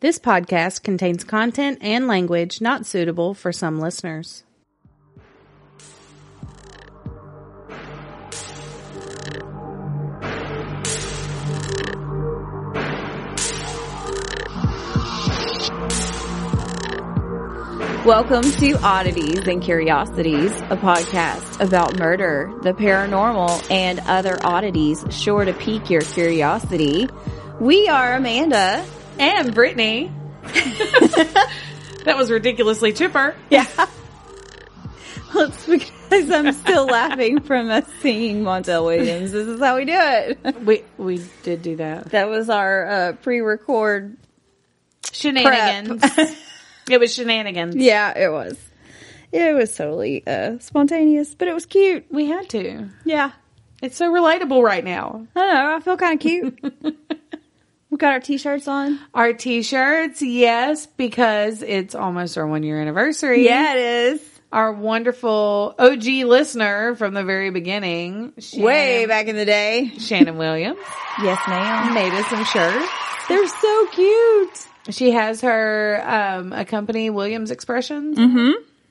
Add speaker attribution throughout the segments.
Speaker 1: This podcast contains content and language not suitable for some listeners.
Speaker 2: Welcome to Oddities and Curiosities, a podcast about murder, the paranormal, and other oddities sure to pique your curiosity. We are Amanda.
Speaker 1: And Brittany. that was ridiculously chipper.
Speaker 2: Yeah. Well, it's because I'm still laughing from us singing Montel Williams. This is how we do it.
Speaker 1: We we did do that.
Speaker 2: That was our uh, pre-record.
Speaker 1: Shenanigans. it was shenanigans.
Speaker 2: Yeah, it was. It was totally uh, spontaneous, but it was cute.
Speaker 1: We had to.
Speaker 2: Yeah.
Speaker 1: It's so relatable right now.
Speaker 2: I don't know. I feel kind of cute. we got our t-shirts on.
Speaker 1: Our t-shirts, yes, because it's almost our one year anniversary.
Speaker 2: it is.
Speaker 1: Our wonderful OG listener from the very beginning, Shannon,
Speaker 2: Way back in the day.
Speaker 1: Shannon Williams,
Speaker 2: Yes, ma'am.
Speaker 1: made us some shirts.
Speaker 2: They're so cute.
Speaker 1: She has her um, a company, Williams Expressions,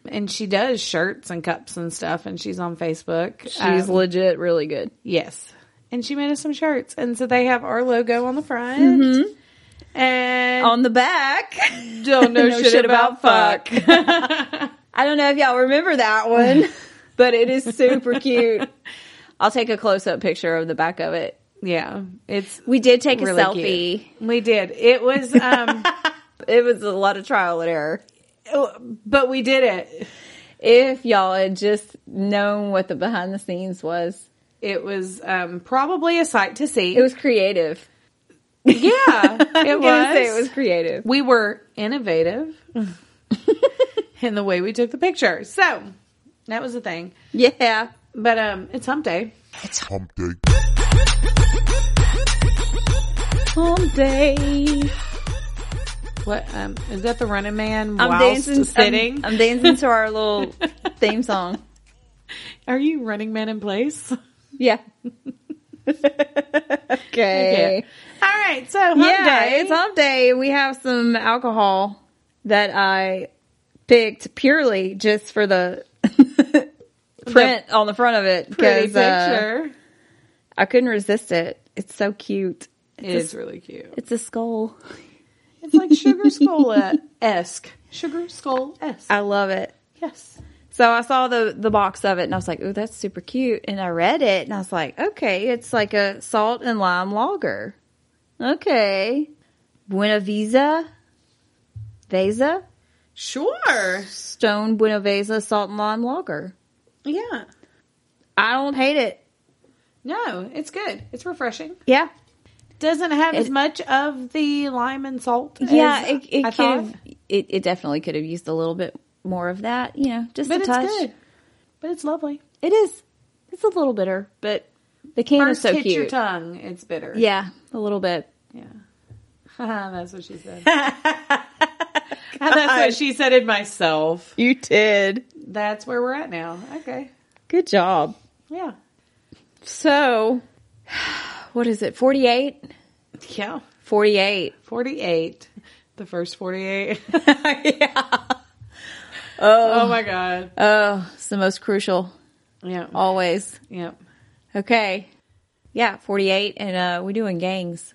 Speaker 1: and she does shirts and cups and stuff. And she's on Facebook.
Speaker 2: She's
Speaker 1: Um,
Speaker 2: legit really good.
Speaker 1: yes, and she made us some shirts, and so they have our logo on the front. And
Speaker 2: On the back.
Speaker 1: Mm-hmm. Oh, don't know,
Speaker 2: No
Speaker 1: shit, about, fuck.
Speaker 2: I don't know if y'all remember that one, but it is super cute. I'll take a close up picture of the back of it.
Speaker 1: yeah, it's
Speaker 2: We did take
Speaker 1: really
Speaker 2: a selfie.
Speaker 1: cute. We did. It was, um,
Speaker 2: It was a lot of trial and error.
Speaker 1: but we did it.
Speaker 2: If y'all had just known what the behind the scenes was,
Speaker 1: It was um, probably a sight to see.
Speaker 2: it was creative.
Speaker 1: yeah, it
Speaker 2: I'm gonna say it was creative.
Speaker 1: we were innovative in the way we took the picture. So that was the thing.
Speaker 2: Yeah.
Speaker 1: But um, it's hump day.
Speaker 3: hump day.
Speaker 2: All day.
Speaker 1: What um, is that? The Running Man
Speaker 2: I'm
Speaker 1: whilst
Speaker 2: dancing.
Speaker 1: sitting.
Speaker 2: I'm, I'm dancing to our little theme song.
Speaker 1: Are you Running Man in place?
Speaker 2: Yeah. okay.
Speaker 1: All right. So hump
Speaker 2: Yeah,
Speaker 1: day.
Speaker 2: it's hump day. We have some alcohol that I picked purely just for the print on the front of it
Speaker 1: pretty
Speaker 2: because uh,
Speaker 1: picture.
Speaker 2: I couldn't resist it. It's so cute.
Speaker 1: it is really cute.
Speaker 2: It's a skull.
Speaker 1: It's like Sugar Skull esque. Sugar Skull esque.
Speaker 2: I love it.
Speaker 1: yes.
Speaker 2: So I saw the the box of it and I was like, "Oh, that's super cute." And I read it and I was like, "Okay, it's like a salt and lime lager." Okay, Buena Vista, Vesa,
Speaker 1: Sure.
Speaker 2: Stone Buena Vista salt and lime lager.
Speaker 1: Yeah.
Speaker 2: I don't hate it.
Speaker 1: No, it's good. It's refreshing.
Speaker 2: Yeah,
Speaker 1: Doesn't have as
Speaker 2: It-
Speaker 1: much of the lime and salt.
Speaker 2: yeah.
Speaker 1: as
Speaker 2: It, it
Speaker 1: I
Speaker 2: could
Speaker 1: thought.
Speaker 2: have, it, it definitely could have used a little bit more of that. You know, just
Speaker 1: but
Speaker 2: a
Speaker 1: it's
Speaker 2: touch.
Speaker 1: good. But it's lovely.
Speaker 2: It is. It's a little bitter, but the can
Speaker 1: First
Speaker 2: is so
Speaker 1: hit your
Speaker 2: cute.
Speaker 1: tongue, it's bitter.
Speaker 2: yeah, a little bit.
Speaker 1: yeah. that's what she said. and that's what she said in myself.
Speaker 2: You did.
Speaker 1: That's where we're at now. Okay.
Speaker 2: Good job.
Speaker 1: Yeah.
Speaker 2: So, what is it? 48?
Speaker 1: Yeah.
Speaker 2: 48.
Speaker 1: Forty-eight. The first forty-eight.
Speaker 2: yeah.
Speaker 1: oh my god.
Speaker 2: Oh, it's the most crucial
Speaker 1: Yeah.
Speaker 2: always.
Speaker 1: Yeah.
Speaker 2: Okay. Yeah, 48 and uh we doing gangs.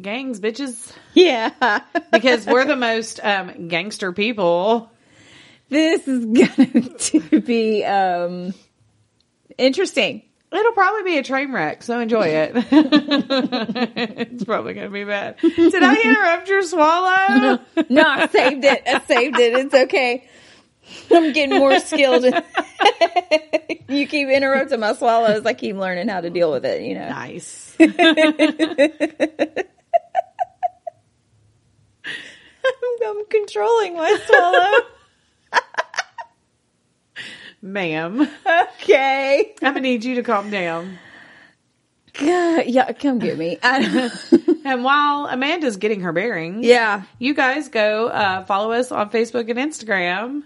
Speaker 1: Gangs, bitches.
Speaker 2: Yeah.
Speaker 1: Because we're the most um, gangster people.
Speaker 2: this is going to be um interesting.
Speaker 1: It'll probably be a train wreck, so enjoy it. it's probably going to be bad. Did I interrupt your swallow?
Speaker 2: No, I saved it. I saved it. It's okay. I'm getting more skilled. you keep interrupting my swallows. I keep learning how to deal with it, you know.
Speaker 1: Nice.
Speaker 2: I'm controlling my swallow.
Speaker 1: Ma'am,
Speaker 2: Okay.
Speaker 1: I'm gonna need you to calm down.
Speaker 2: God, yeah, come get me. I-
Speaker 1: And while Amanda's getting her bearings,
Speaker 2: yeah.
Speaker 1: you guys go uh, follow us on Facebook and Instagram,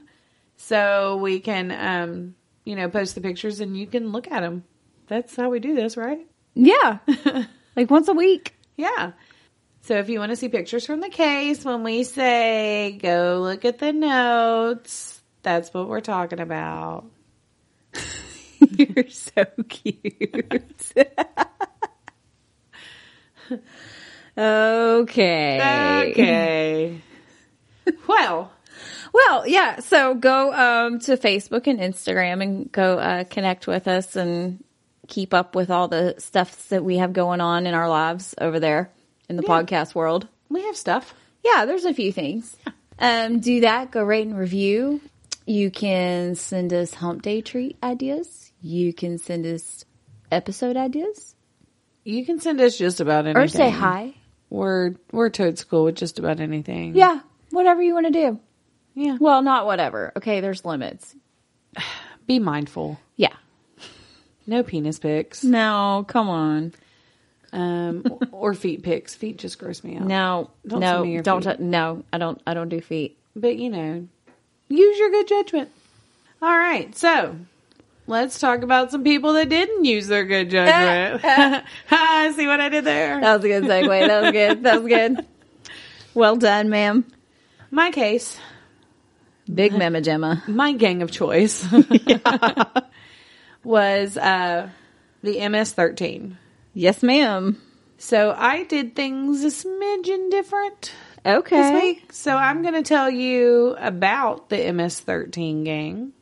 Speaker 1: so we can, um, you know, post the pictures and you can look at them. That's how we do this, right?
Speaker 2: Yeah. Like once a week.
Speaker 1: Yeah. So if you want to see pictures from the case, when we say go look at the notes, that's what we're talking about.
Speaker 2: You're so cute. okay.
Speaker 1: Okay. well,
Speaker 2: Well, yeah. So go um, to Facebook and Instagram and go uh, connect with us and keep up with all the stuff that we have going on in our lives over there in the
Speaker 1: Yeah.
Speaker 2: podcast world.
Speaker 1: we have stuff.
Speaker 2: Yeah, there's a few things. Um, do that. Go rate and review. You can send us hump day treat ideas. You can send us episode ideas
Speaker 1: You can send us just about anything.
Speaker 2: or say hi.
Speaker 1: We're we're toad school with just about anything.
Speaker 2: Yeah, whatever you want to do.
Speaker 1: Yeah.
Speaker 2: Well, not whatever. Okay, there's limits.
Speaker 1: Be mindful.
Speaker 2: Yeah.
Speaker 1: No penis pics.
Speaker 2: No, come on.
Speaker 1: Um or feet pics. Feet just gross me out.
Speaker 2: No,
Speaker 1: Don't send me
Speaker 2: no,
Speaker 1: your
Speaker 2: don't.
Speaker 1: feet.
Speaker 2: t- no, I don't. I don't do feet.
Speaker 1: But you know, use your good judgment. All right. So, let's talk about some people that didn't use their good judgment. Hi, see what I did there?
Speaker 2: That was a good segue. That was good. That was good. Well done, ma'am.
Speaker 1: My case,
Speaker 2: Big Mama Gemma.
Speaker 1: my gang of choice was uh the MS13.
Speaker 2: Yes, ma'am.
Speaker 1: So, I did things a smidgen different. this
Speaker 2: Okay.
Speaker 1: week. So I'm going to tell you about the MS13 gang,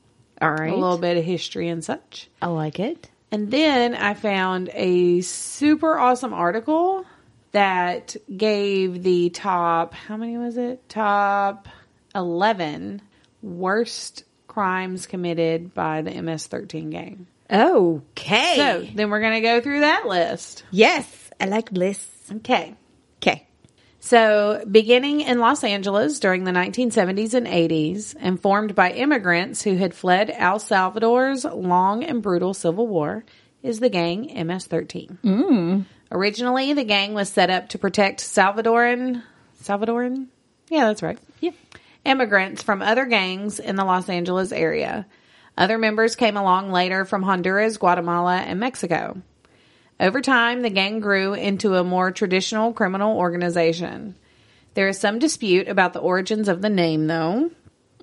Speaker 2: All right.
Speaker 1: a little bit of history and such.
Speaker 2: I like it.
Speaker 1: And then I found a super awesome article that gave the top, how many was it? Top 11 worst crimes committed by the MS13 gang.
Speaker 2: Okay.
Speaker 1: So then we're going to go through that list.
Speaker 2: yes, I like lists.
Speaker 1: Okay.
Speaker 2: Okay.
Speaker 1: So, beginning in Los Angeles during the 1970s and 80s, and formed by immigrants who had fled El Salvador's long and brutal civil war, is the gang MS 13. Mm. Originally, the gang was set up to protect Salvadoran. Salvadoran? Yeah, that's right.
Speaker 2: Yeah.
Speaker 1: Immigrants from other gangs in the Los Angeles area. Other members came along later from Honduras, Guatemala, and Mexico. Over time, the gang grew into a more traditional criminal organization. There is some dispute about the origins of the name, though.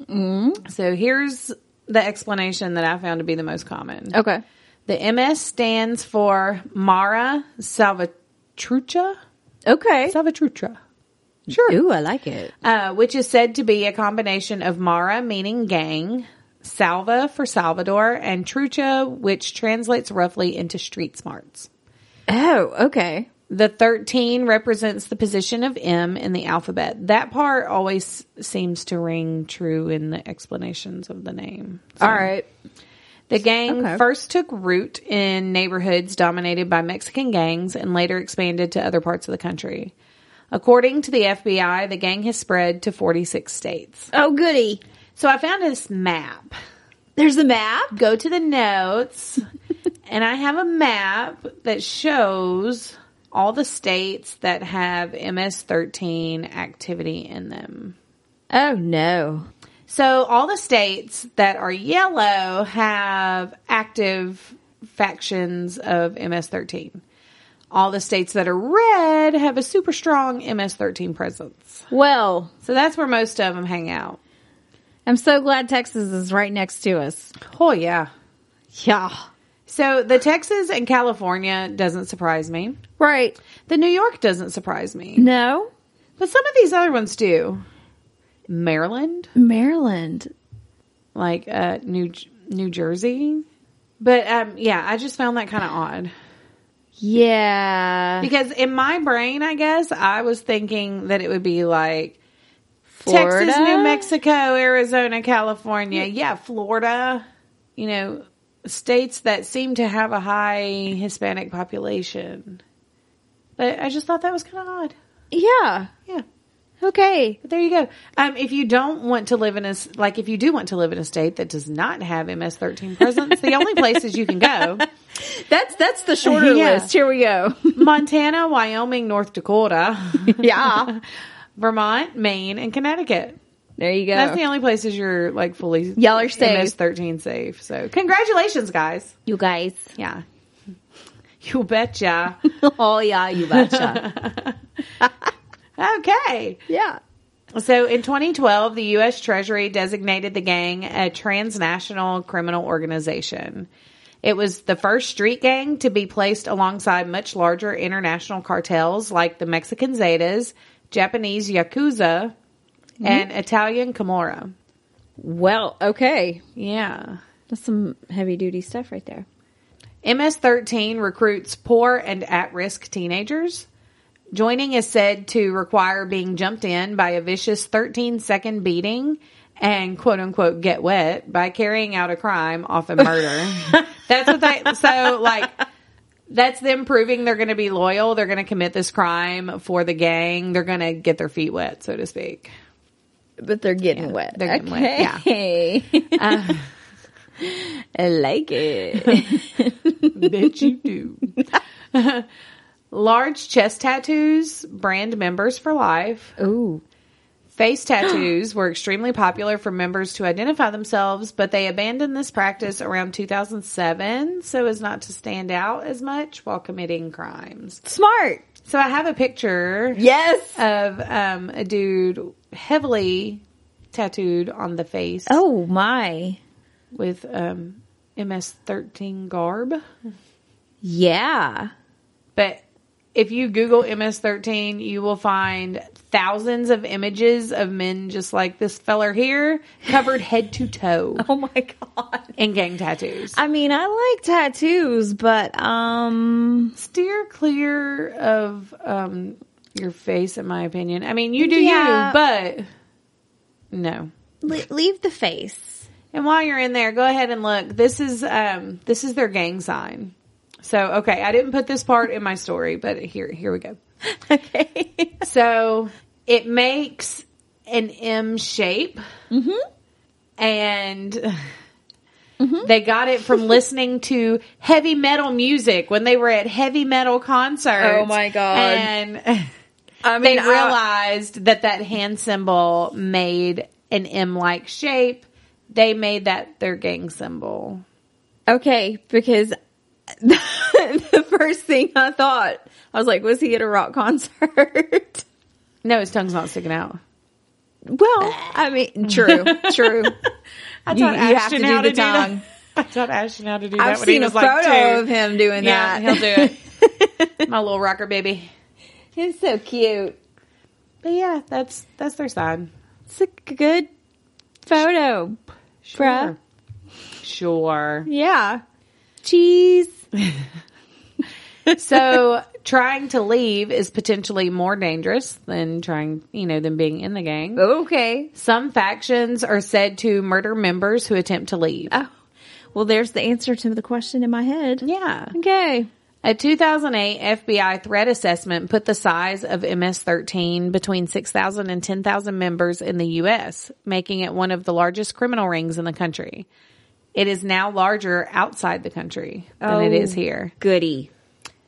Speaker 1: Mm. So here's the explanation that I found to be the most common.
Speaker 2: Okay.
Speaker 1: The MS stands for Mara Salvatrucha.
Speaker 2: Okay.
Speaker 1: Salvatrucha. Sure.
Speaker 2: Ooh, I like it.
Speaker 1: Uh, which is said to be a combination of Mara, meaning gang, Salva for Salvador, and Trucha, which translates roughly into street smarts.
Speaker 2: Oh, okay.
Speaker 1: The 13 represents the position of M in the alphabet. That part always seems to ring true in the explanations of the name.
Speaker 2: All right.
Speaker 1: The gang
Speaker 2: Okay.
Speaker 1: first took root in neighborhoods dominated by Mexican gangs and later expanded to other parts of the country. According to the FBI, the gang has spread to 46 states.
Speaker 2: Oh, goody.
Speaker 1: So I found this map.
Speaker 2: There's a map.
Speaker 1: Go to the notes, and I have a map that shows all the states that have MS 13 activity in them.
Speaker 2: Oh no.
Speaker 1: So all the states that are yellow have active factions of MS-13. All the states that are red have a super strong MS-13 presence.
Speaker 2: Well,
Speaker 1: So that's where most of them hang out.
Speaker 2: I'm so glad Texas is right next to us.
Speaker 1: Oh yeah.
Speaker 2: Yeah.
Speaker 1: So the Texas and California doesn't surprise me.
Speaker 2: Right.
Speaker 1: The New York doesn't surprise me.
Speaker 2: No.
Speaker 1: But some of these other ones do. Maryland,
Speaker 2: Maryland.
Speaker 1: like uh New New Jersey. But um yeah, I just found that kind of odd.
Speaker 2: Yeah.
Speaker 1: Because in my brain, I guess I was thinking that it would be like Texas,
Speaker 2: Florida?
Speaker 1: New Mexico, Arizona, California. Yeah, Florida. You know, states that seem to have a high Hispanic population. But I just thought that was kind of odd.
Speaker 2: Yeah.
Speaker 1: Yeah.
Speaker 2: Okay.
Speaker 1: But there you go. Um, if you don't want to live in a s- like, if you do want to live in a state that does not have MS thirteen presence, the only places you can go
Speaker 2: That's that's the shorter
Speaker 1: Yeah.
Speaker 2: list. Here we go.
Speaker 1: Montana, Wyoming, North Dakota.
Speaker 2: yeah.
Speaker 1: Vermont, Maine, and Connecticut.
Speaker 2: There you go.
Speaker 1: That's the only places you're like fully
Speaker 2: Y'all are safe.
Speaker 1: MS13 safe. So congratulations, guys.
Speaker 2: you guys.
Speaker 1: Yeah, you betcha.
Speaker 2: oh yeah, you betcha.
Speaker 1: Okay.
Speaker 2: Yeah.
Speaker 1: So in 2012, the U.S. Treasury designated the gang a transnational criminal organization. It was the first street gang to be placed alongside much larger international cartels like the Mexican Zetas, Japanese Yakuza, and Italian Camorra.
Speaker 2: Well, okay.
Speaker 1: Yeah.
Speaker 2: That's some heavy duty stuff right there.
Speaker 1: MS 13 recruits poor and at risk teenagers. Joining is said to require being jumped in by a vicious 13 second beating and quote unquote get wet by carrying out a crime, often murder. that's what they, so like, that's them proving they're going to be loyal. They're going to commit this crime for the gang. They're going to get their feet wet, so to speak.
Speaker 2: But they're getting wet. Uh,
Speaker 1: they're getting wet,
Speaker 2: okay. I like it.
Speaker 1: Bet you do. Large chest tattoos, brand members for life.
Speaker 2: Ooh.
Speaker 1: Face tattoos were extremely popular for members to identify themselves, but they abandoned this practice around 2007 so as not to stand out as much while committing crimes.
Speaker 2: Smart.
Speaker 1: So I have a picture
Speaker 2: Yes.
Speaker 1: of um, a dude heavily tattooed on the face
Speaker 2: oh my.
Speaker 1: with um, MS 13 garb.
Speaker 2: Yeah.
Speaker 1: But if you Google MS13, you will find thousands of images of men just like this feller here, covered head to toe
Speaker 2: Oh my god.
Speaker 1: in gang tattoos.
Speaker 2: I mean, I like tattoos, but um
Speaker 1: Steer clear of um, your face, in my opinion. I mean, you do
Speaker 2: Yeah.
Speaker 1: you, but no.
Speaker 2: le- leave the face.
Speaker 1: And while you're in there, go ahead and look. This is um, this is their gang sign. So okay, I didn't put this part in my story, but here here we go.
Speaker 2: Okay.
Speaker 1: So it makes an M shape. Mm-hmm. And
Speaker 2: Mm-hmm.
Speaker 1: they got it from listening to heavy metal music when they were at heavy metal concerts.
Speaker 2: Oh, my God.
Speaker 1: And
Speaker 2: I
Speaker 1: they
Speaker 2: mean, I,
Speaker 1: realized that that hand symbol made an M like shape. They made that their gang symbol.
Speaker 2: okay, because the first thing I thought, I was like, was he at a rock concert?
Speaker 1: No, his tongue's not sticking out.
Speaker 2: well, I mean, true, true.
Speaker 1: I
Speaker 2: You- you have to do the tongue.
Speaker 1: I taught Ashton how to do that.
Speaker 2: I've
Speaker 1: when he
Speaker 2: seen a
Speaker 1: was
Speaker 2: photo
Speaker 1: like two.
Speaker 2: of him doing
Speaker 1: Yeah,
Speaker 2: that.
Speaker 1: he'll do it. My little rocker baby.
Speaker 2: He's so cute.
Speaker 1: But yeah, that's that's their sign.
Speaker 2: It's a good photo, bruh.
Speaker 1: Sure.
Speaker 2: Yeah. Cheese.
Speaker 1: so trying to leave is potentially more dangerous than trying, you know, than being in the gang.
Speaker 2: Okay.
Speaker 1: Some factions are said to murder members who attempt to leave.
Speaker 2: Oh, well, there's the answer to the question in my head.
Speaker 1: Yeah.
Speaker 2: Okay.
Speaker 1: A 2008 FBI threat assessment put the size of MS-13 between 6,000 and 10,000 members in the U.S., making it one of the largest criminal rings in the country. It is now larger outside the country than it
Speaker 2: Oh.
Speaker 1: is here.
Speaker 2: Goody.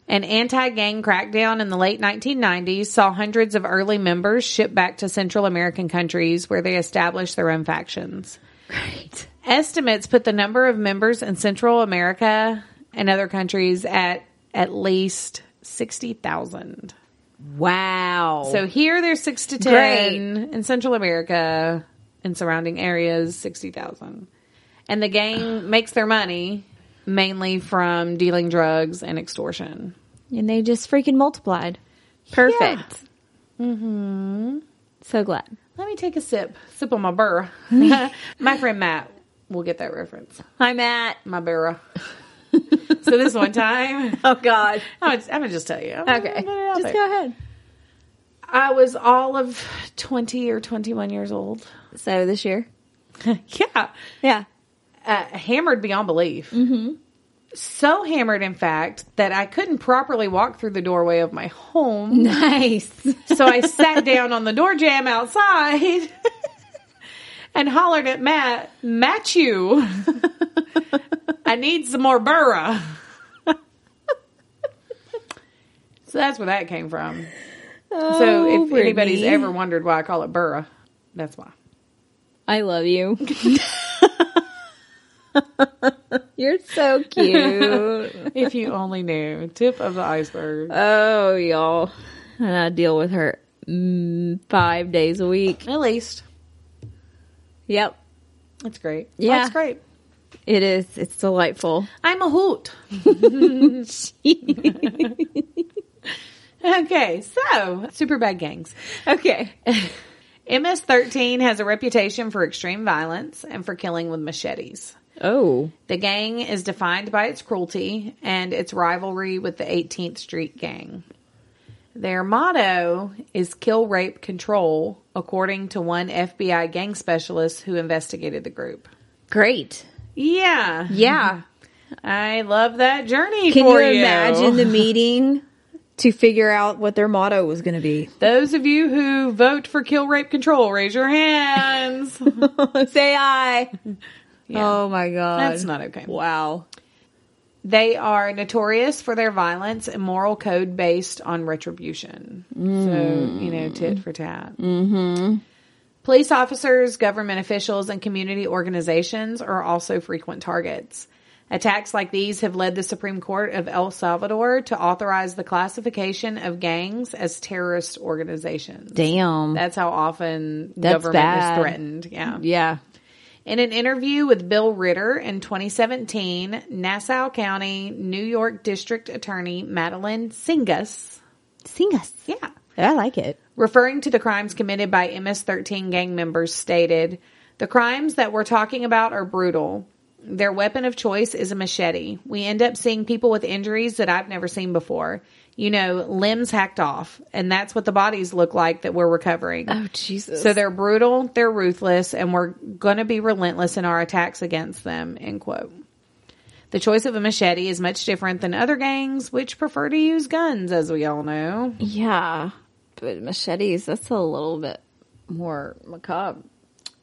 Speaker 1: An anti-gang crackdown in the late 1990s saw hundreds of early members shipped back to Central American countries where they established their own factions.
Speaker 2: Great.
Speaker 1: Estimates put the number of members in Central America and other countries at at least 60,000.
Speaker 2: Wow.
Speaker 1: So here there's 6 to 10 in Central America and surrounding areas 60,000. And the gang makes their money mainly from dealing drugs and extortion.
Speaker 2: and they just freaking multiplied. Perfect. Mm-hmm. So glad.
Speaker 1: Let me take a sip. Sip on my burr. my friend Matt will get that reference.
Speaker 2: Hi, Matt.
Speaker 1: My burr. so this one time
Speaker 2: Oh God.
Speaker 1: I'm going to just tell you. I'm gonna
Speaker 2: Okay.
Speaker 1: put it out
Speaker 2: Just
Speaker 1: there.
Speaker 2: go ahead.
Speaker 1: I was all of 20 or 21 years old.
Speaker 2: So this year.
Speaker 1: yeah.
Speaker 2: Yeah.
Speaker 1: Uh, hammered beyond belief. So hammered, in fact, that I couldn't properly walk through the doorway of my home.
Speaker 2: Nice.
Speaker 1: so I sat down on the door jamb outside and hollered at Matt, Matt, you. I need some more burra. so that's where that came from. So if anybody's ever wondered why I call it Burra, that's why.
Speaker 2: I love you. You're so cute.
Speaker 1: If you only knew, tip of the iceberg.
Speaker 2: oh, y'all. And I deal with her mm, five days a week.
Speaker 1: At least.
Speaker 2: Yep,
Speaker 1: That's great.
Speaker 2: Yeah.
Speaker 1: That's great.
Speaker 2: it is. It's delightful.
Speaker 1: I'm a hoot. Okay, so super bad gangs.
Speaker 2: okay.
Speaker 1: MS-13 has a reputation for extreme violence and for killing with machetes.
Speaker 2: Oh,
Speaker 1: The gang is defined by its cruelty and its rivalry with the 18th Street Gang. Their motto is kill, rape, control, according to one FBI gang specialist who investigated the group.
Speaker 2: great.
Speaker 1: Yeah.
Speaker 2: Yeah.
Speaker 1: I love that journey
Speaker 2: Can you
Speaker 1: for you.
Speaker 2: imagine the meeting to figure out what their motto was going to be?
Speaker 1: Those of you who vote for kill, rape, control, raise your hands.
Speaker 2: Say aye.
Speaker 1: Yeah.
Speaker 2: Oh my god.
Speaker 1: That's not okay.
Speaker 2: Wow.
Speaker 1: They are notorious for their violence and moral code based on retribution. So, you know,
Speaker 2: Mm.
Speaker 1: tit for tat. Mm-hmm. Police officers, government officials, and community organizations are also frequent targets. Attacks like these have led the Supreme Court of El Salvador to authorize the classification of gangs as terrorist organizations.
Speaker 2: Damn.
Speaker 1: That's how often
Speaker 2: That's
Speaker 1: government
Speaker 2: bad.
Speaker 1: is threatened. Yeah.
Speaker 2: yeah.
Speaker 1: In an interview with Bill Ritter in 2017, Nassau County, New York District Attorney Madeline Singus,
Speaker 2: Sing us.
Speaker 1: yeah,
Speaker 2: I like it.
Speaker 1: referring to the crimes committed by MS-13 gang members stated, "The crimes that we're talking about are brutal. Their weapon of choice is a machete. We end up seeing people with injuries that I've never seen before. You know, limbs hacked off, and that's what the bodies look like that we're recovering."
Speaker 2: Jesus.
Speaker 1: So they're brutal, they're ruthless, and we're going to be relentless in our attacks against them. End quote. The choice of a machete is much different than other gangs, which prefer to use guns, as we all know.
Speaker 2: yeah. But machetes, that's a little bit more macabre.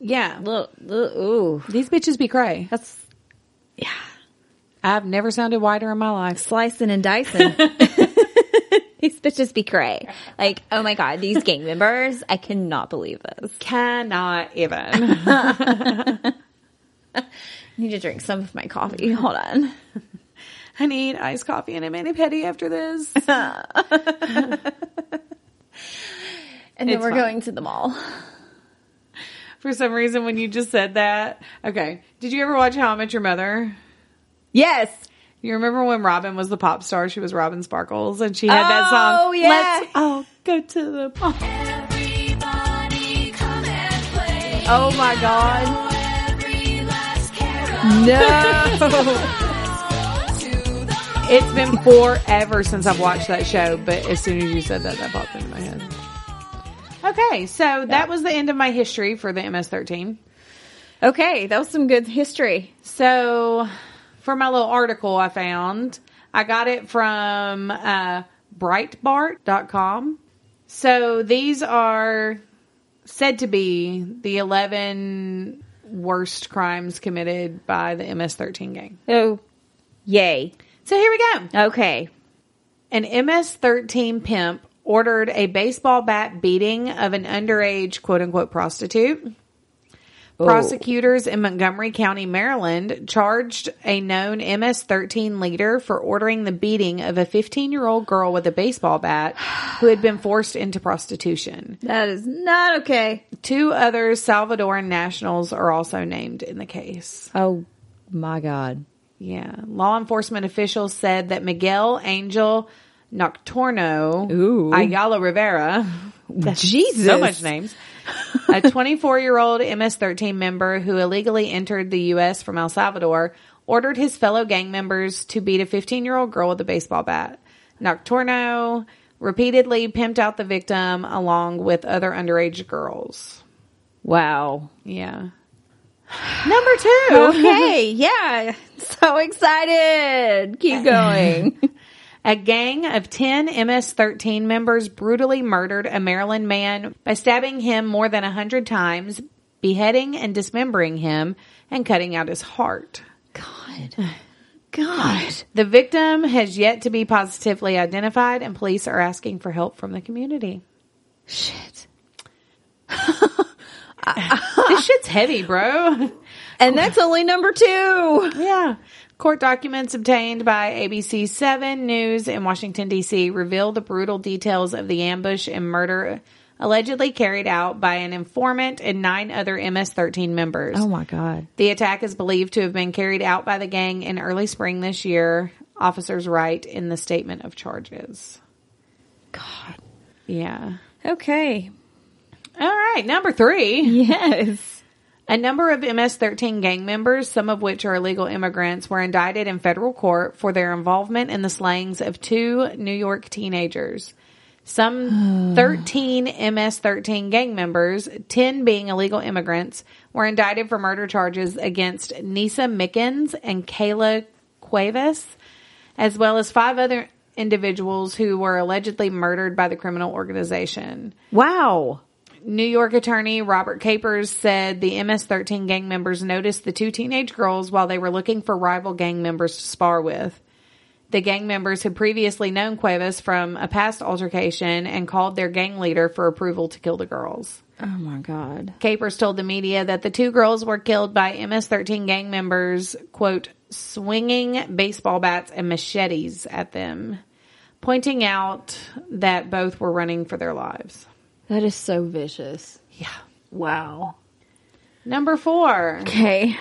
Speaker 1: Yeah,
Speaker 2: Look, look ooh.
Speaker 1: these bitches be cray.
Speaker 2: That's
Speaker 1: I've never sounded whiter in my life.
Speaker 2: slicing and dicing. these bitches be cray. Like, oh my god, these gang members, I cannot believe this.
Speaker 1: Cannot even.
Speaker 2: I need to drink some of my coffee. Hold on.
Speaker 1: I need iced coffee and a mani pedi after this.
Speaker 2: And then
Speaker 1: It's
Speaker 2: we're
Speaker 1: fine.
Speaker 2: going to the mall.
Speaker 1: For some reason, when you just said that, okay. Did you ever watch How I Met Your Mother?
Speaker 2: Yes.
Speaker 1: You remember when Robin was the pop star? She was Robin Sparkles, and she had that
Speaker 2: Oh,
Speaker 1: song.
Speaker 2: yeah.
Speaker 1: Let's all go to the mall.
Speaker 3: Everybody come and play.
Speaker 2: Oh my god.
Speaker 3: Oh, every last carol.
Speaker 2: No.
Speaker 3: Let's go to the mall.
Speaker 1: It's been forever since I've watched that show, but as soon as you said that, that popped into my head. Okay, so that was the end of my history for the MS-13.
Speaker 2: okay, that was some good history.
Speaker 1: So, for my little article I found, I got it from uh, Breitbart.com. So, these are said to be the 11 worst crimes committed by the MS 13 gang.
Speaker 2: Oh, yay.
Speaker 1: So, here we go.
Speaker 2: Okay.
Speaker 1: An MS 13 pimp ordered a baseball bat beating of an underage quote unquote prostitute. Prosecutors in Montgomery County, Maryland, charged a known MS 13 leader for ordering the beating of a 15 year old girl with a baseball bat who had been forced into prostitution.
Speaker 2: That is not okay.
Speaker 1: Two other Salvadoran nationals are also named in the case.
Speaker 2: Oh my god.
Speaker 1: Yeah. Law enforcement officials said that Miguel Angel Nocturno
Speaker 2: Ooh.
Speaker 1: Ayala Rivera.
Speaker 2: Jesus.
Speaker 1: So much names. a 24 year old MS 13 member who illegally entered the U.S. from El Salvador ordered his fellow gang members to beat a 15 year old girl with a baseball bat. Nocturno repeatedly pimped out the victim along with other underage girls.
Speaker 2: Wow.
Speaker 1: Yeah. Number two.
Speaker 2: Okay, yeah. So excited. Keep going.
Speaker 1: A gang of 10 MS 13 members brutally murdered a Maryland man by stabbing him more than 100 times, beheading and dismembering him, and cutting out his heart.
Speaker 2: God. God.
Speaker 1: The victim has yet to be positively identified, and police are asking for help from the community.
Speaker 2: Shit.
Speaker 1: this shit's heavy, bro.
Speaker 2: And that's only number 2.
Speaker 1: Yeah. Court documents obtained by ABC 7 News in Washington, D.C. reveal the brutal details of the ambush and murder allegedly carried out by an informant and nine other MS 13 members.
Speaker 2: Oh my God.
Speaker 1: The attack is believed to have been carried out by the gang in early spring this year. Officers write in the statement of charges.
Speaker 2: God.
Speaker 1: Yeah.
Speaker 2: Okay.
Speaker 1: All right, number three.
Speaker 2: Yes.
Speaker 1: A number of MS 13 gang members, some of which are illegal immigrants, were indicted in federal court for their involvement in the slayings of two New York teenagers. Some 13 MS 13 gang members, 10 being illegal immigrants, were indicted for murder charges against Nisa Mickens and Kayla Cuevas, as well as five other individuals who were allegedly murdered by the criminal organization.
Speaker 2: Wow.
Speaker 1: New York attorney Robert Capers said the MS 13 gang members noticed the two teenage girls while they were looking for rival gang members to spar with. The gang members had previously known Cuevas from a past altercation and called their gang leader for approval to kill the girls.
Speaker 2: Oh my God.
Speaker 1: Capers told the media that the two girls were killed by MS 13 gang members, quote, swinging baseball bats and machetes at them, pointing out that both were running for their lives.
Speaker 2: That is so vicious.
Speaker 1: Yeah.
Speaker 2: Wow.
Speaker 1: Number four.
Speaker 2: Okay.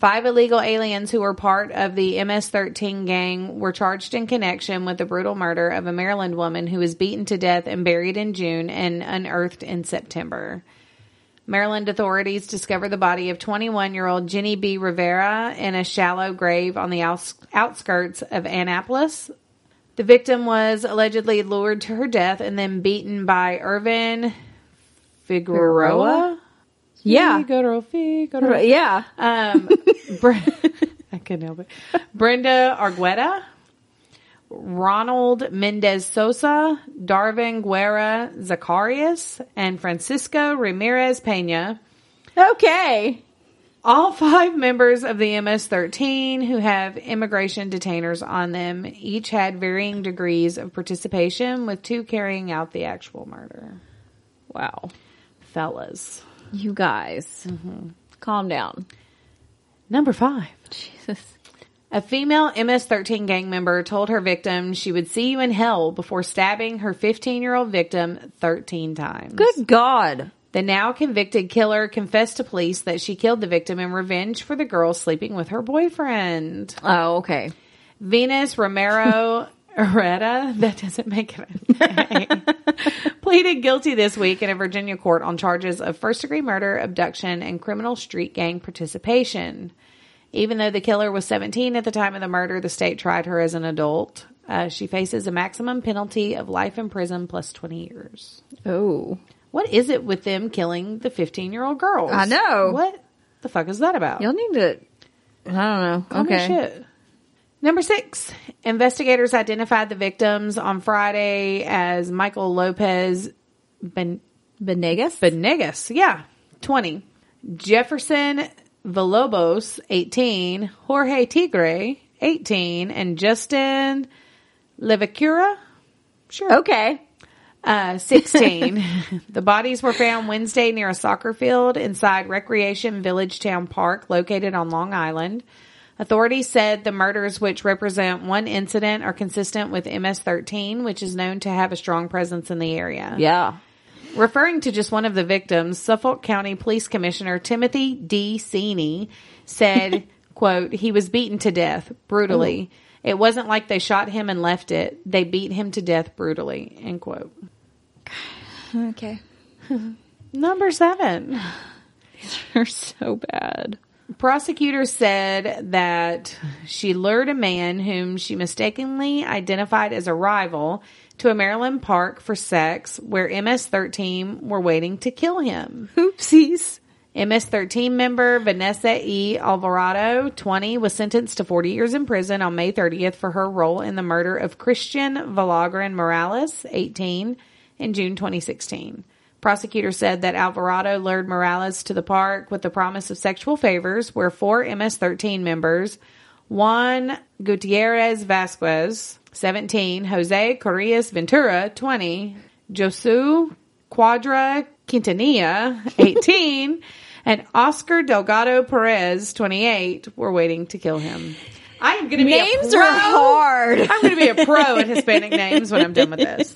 Speaker 1: Five illegal aliens who were part of the MS 13 gang were charged in connection with the brutal murder of a Maryland woman who was beaten to death and buried in June and unearthed in September. Maryland authorities discovered the body of 21 year old Jenny B. Rivera in a shallow grave on the outs- outskirts of Annapolis. The victim was allegedly lured to her death and then beaten by Irvin Figueroa.
Speaker 2: Yeah.
Speaker 1: Figueroa, Figueroa.
Speaker 2: Yeah.
Speaker 1: Um, Bre- I couldn't help it. Brenda Argueta, Ronald Mendez Sosa, Darvin Guerra Zacarias, and Francisco Ramirez Pena.
Speaker 2: Okay.
Speaker 1: All five members of the MS 13 who have immigration detainers on them each had varying degrees of participation, with two carrying out the actual murder.
Speaker 2: Wow.
Speaker 1: Fellas.
Speaker 2: You guys. Calm down.
Speaker 1: Number five.
Speaker 2: Jesus.
Speaker 1: A female MS 13 gang member told her victim she would see you in hell before stabbing her 15 year old victim 13 times.
Speaker 2: Good God.
Speaker 1: The now convicted killer confessed to police that she killed the victim in revenge for the girl sleeping with her boyfriend.
Speaker 2: Oh, okay.
Speaker 1: Venus Romero Herrera, that doesn't make it okay, pleaded guilty this week in a Virginia court on charges of first degree murder, abduction, and criminal street gang participation. Even though the killer was 17 at the time of the murder, the state tried her as an adult. Uh, she faces a maximum penalty of life in prison plus 20 years.
Speaker 2: Oh.
Speaker 1: What is it with them killing the 15 year old girls?
Speaker 2: I know.
Speaker 1: What the fuck is that about?
Speaker 2: You'll need to. I don't know.
Speaker 1: Call me
Speaker 2: okay.
Speaker 1: shit. Number six, investigators identified the victims on Friday as Michael Lopez ben-
Speaker 2: Benegas?
Speaker 1: Benegas, yeah, 20. Jefferson Villalobos, 18. Jorge Tigre, 18. And Justin Levicura, sure,
Speaker 2: okay.
Speaker 1: uh, 16. the bodies were found Wednesday near a soccer field inside Recreation Village Town Park located on Long Island. Authorities said the murders, which represent one incident, are consistent with MS 13, which is known to have a strong presence in the area.
Speaker 2: Yeah.
Speaker 1: Referring to just one of the victims, Suffolk County Police Commissioner Timothy D. Seeney said, quote, he was beaten to death brutally. It wasn't like they shot him and left it. They beat him to death brutally, end quote.
Speaker 2: Okay.
Speaker 1: Number seven.
Speaker 2: They're so bad.
Speaker 1: Prosecutor said that she lured a man whom she mistakenly identified as a rival to a Maryland park for sex where MS 13 were waiting to kill him.
Speaker 2: Oopsies.
Speaker 1: MS 13 member Vanessa E. Alvarado, 20, was sentenced to 40 years in prison on May 30th for her role in the murder of Christian Villagran Morales, 18, in June 2016. Prosecutors said that Alvarado lured Morales to the park with the promise of sexual favors, where four MS 13 members, Juan Gutierrez Vasquez, 17, Jose Correas Ventura, 20, Josu Quadra Quintanilla, 18, and Oscar Delgado Perez, 28, were waiting to kill him. I am going to be a
Speaker 2: Names
Speaker 1: pro.
Speaker 2: are hard.
Speaker 1: I'm going to be a pro at Hispanic names when I'm done with this.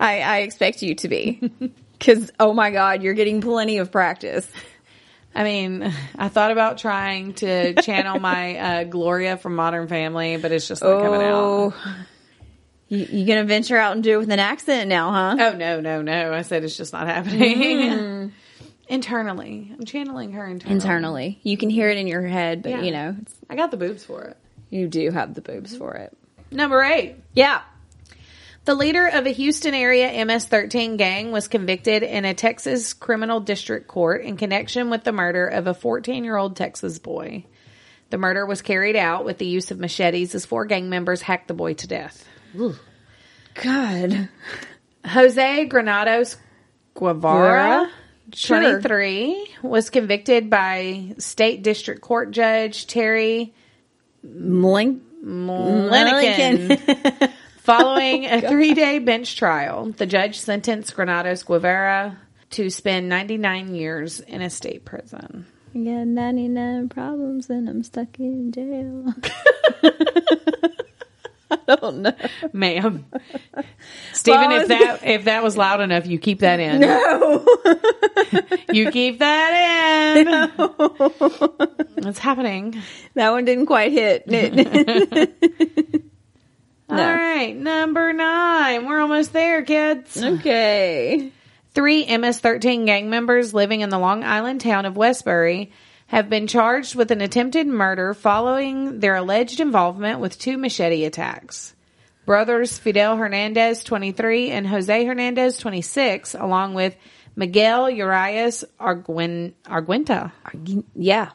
Speaker 2: I, I expect you to be. Because, oh my God, you're getting plenty of practice.
Speaker 1: I mean, I thought about trying to channel my uh, Gloria from Modern Family, but it's just not coming out.
Speaker 2: Oh. You, you going to venture out and do it with an accent now, huh?
Speaker 1: Oh no, no, no! I said it's just not happening. Mm-hmm. internally, I'm channeling her internally.
Speaker 2: Internally. You can hear it in your head, but
Speaker 1: Yeah.
Speaker 2: you know, it's,
Speaker 1: I got the boobs for it.
Speaker 2: you do have the boobs for it.
Speaker 1: Number eight.
Speaker 2: Yeah.
Speaker 1: The leader of a Houston area MS-13 gang was convicted in a Texas criminal district court in connection with the murder of a 14-year-old Texas boy. The murder was carried out with the use of machetes as four gang members hacked the boy to death.
Speaker 2: God.
Speaker 1: Jose Granados Guevara,
Speaker 2: Guevara?
Speaker 1: 23, was convicted by state district court judge Terry
Speaker 2: Mlink.
Speaker 1: Lincoln. Following a three day bench trial, the judge sentenced Granados Guevara to spend 99 years in a state prison.
Speaker 2: I got 99 problems and I'm stuck in jail. I don't know.
Speaker 1: Ma'am. Stephen, if that if that was loud enough, you keep that in. you keep that in. It's happening.
Speaker 2: That one didn't quite hit.
Speaker 1: All right, number nine. We're almost there, kids.
Speaker 2: okay.
Speaker 1: Three MS 13 gang members living in the Long Island town of Westbury have been charged with an attempted murder following their alleged involvement with two machete attacks. Brothers Fidel Hernandez, 23, and Jose Hernandez, 26, along with Miguel Urias Arguin- Arguinta.
Speaker 2: Yeah.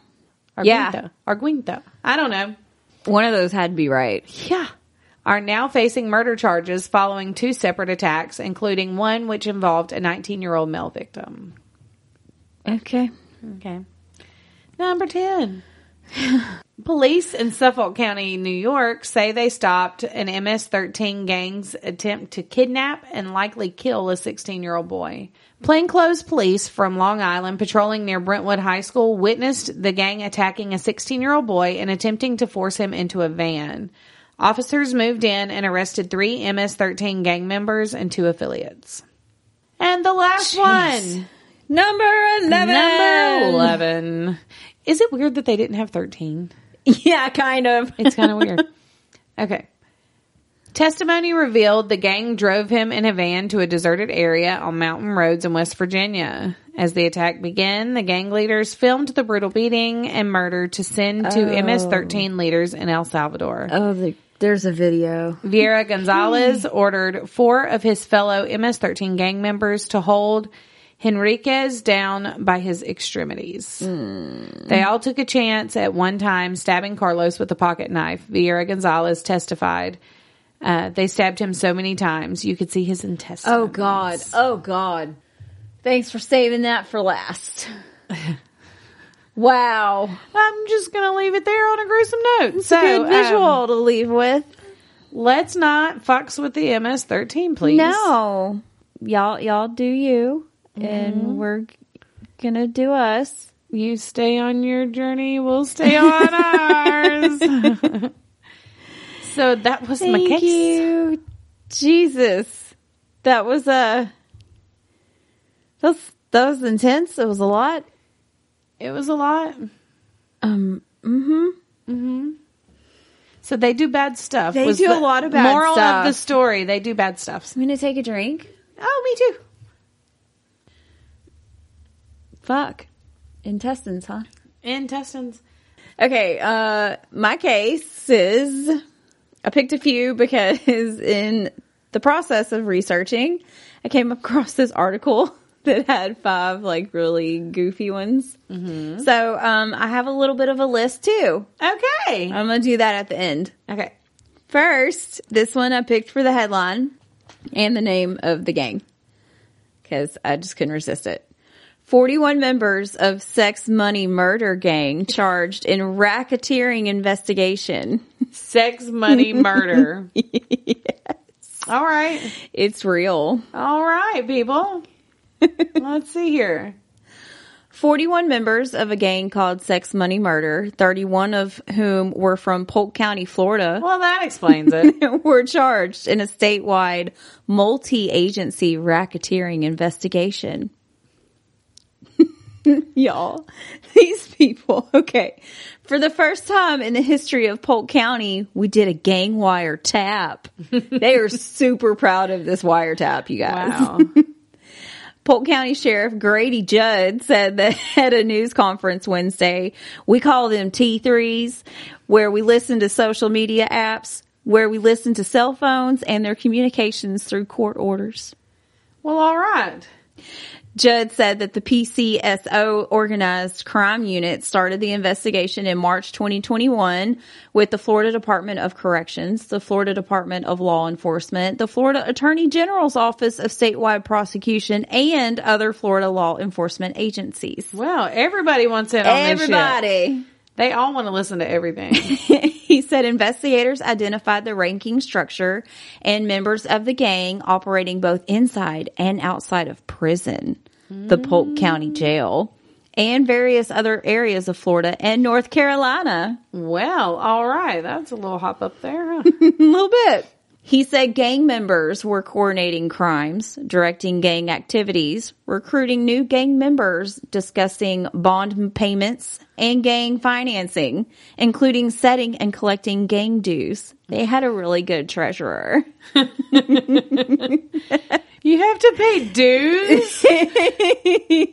Speaker 1: Arguinta.
Speaker 2: Yeah.
Speaker 1: Arguinta. I don't know.
Speaker 2: One of those had to be right.
Speaker 1: Yeah. Are now facing murder charges following two separate attacks, including one which involved a 19 year old male victim.
Speaker 2: Okay.
Speaker 1: Okay. Number 10. Police in Suffolk County, New York say they stopped an MS 13 gang's attempt to kidnap and likely kill a 16 year old boy. Plainclothes police from Long Island patrolling near Brentwood High School witnessed the gang attacking a 16 year old boy and attempting to force him into a van. Officers moved in and arrested three MS 13 gang members and two affiliates. And the last one.
Speaker 2: Number 11.
Speaker 1: Number 11. Is it weird that they didn't have 13?
Speaker 2: Yeah, kind of.
Speaker 1: It's kind of weird. Okay. Testimony revealed the gang drove him in a van to a deserted area on mountain roads in West Virginia. As the attack began, the gang leaders filmed the brutal beating and murder to send to MS 13 leaders in El Salvador.
Speaker 2: Oh, the, there's a video.
Speaker 1: Vieira Gonzalez ordered four of his fellow MS 13 gang members to hold Henriquez down by his extremities.
Speaker 2: Hmm.
Speaker 1: They all took a chance at one time stabbing Carlos with a pocket knife. Vieira Gonzalez testified. Uh, they stabbed him so many times you could see his intestines.
Speaker 2: Oh, God. Oh, God. Thanks for saving that for last. wow. Oh,
Speaker 1: I'm just going to leave it there on a gruesome note. so,
Speaker 2: Good
Speaker 1: um,
Speaker 2: visual to leave with.
Speaker 1: let's not fucks with the MS 13, please.
Speaker 2: No, y'all, y'all do you, and we're g- gonna do us.
Speaker 1: You stay on your journey, we'll stay on ours. so that was my
Speaker 2: Thank
Speaker 1: case.
Speaker 2: you, Jesus. That was uh, a that was, that was intense. It was a lot.
Speaker 1: It was a lot.
Speaker 2: Um, mm-hmm.
Speaker 1: So they do bad stuff.
Speaker 2: They
Speaker 1: was
Speaker 2: do
Speaker 1: the
Speaker 2: a lot of bad
Speaker 1: moral
Speaker 2: stuff.
Speaker 1: of the story. They do bad stuff.
Speaker 2: I'm gonna take a drink.
Speaker 1: Oh, me too.
Speaker 2: Fuck intestines, huh?
Speaker 1: Intestines.
Speaker 2: Okay, uh my case is I picked a few because in the process of researching, I came across this article that had five like really goofy ones. So um I have a little bit of a list too.
Speaker 1: Okay.
Speaker 2: I'm gonna do that at the end.
Speaker 1: okay.
Speaker 2: First, this one I picked for the headline and the name of the gang because I just couldn't resist it. 41 members of Sex Money Murder Gang charged in racketeering investigation.
Speaker 1: Sex, money, murder. All right.
Speaker 2: It's real.
Speaker 1: All right, people. Let's see here.
Speaker 2: 41 members of a gang called Sex Money Murder, 31 of whom were from Polk County, Florida,
Speaker 1: Well, that explains it.
Speaker 2: were charged in a statewide multi agency racketeering investigation. Y'all, these people, okay. For the first time in the history of Polk County, we did a gang wiretap. they are super proud of this wiretap, you guys.
Speaker 1: Wow.
Speaker 2: Polk County Sheriff Grady Judd said that at a news conference Wednesday, we call them T3s, where we listen to social media apps, where we listen to cell phones and their communications through court orders.
Speaker 1: well, all right.
Speaker 2: Judd said that the PCSO organized crime unit started the investigation in March 2021 with the Florida Department of Corrections, the Florida Department of Law Enforcement, the Florida Attorney General's Office of Statewide Prosecution, and other Florida law enforcement agencies.
Speaker 1: Well, everybody wants in on this shit.
Speaker 2: Everybody.
Speaker 1: They all want to listen to everything.
Speaker 2: he said investigators identified the ranking structure and members of the gang operating both inside and outside of prison, the Polk County Jail, and various other areas of Florida and North Carolina.
Speaker 1: well, all right. That's a little hop up there. huh?
Speaker 2: A little bit. He said gang members were coordinating crimes, directing gang activities, recruiting new gang members, discussing bond payments and gang financing, including setting and collecting gang dues. They had a really good treasurer.
Speaker 1: you have to pay dues.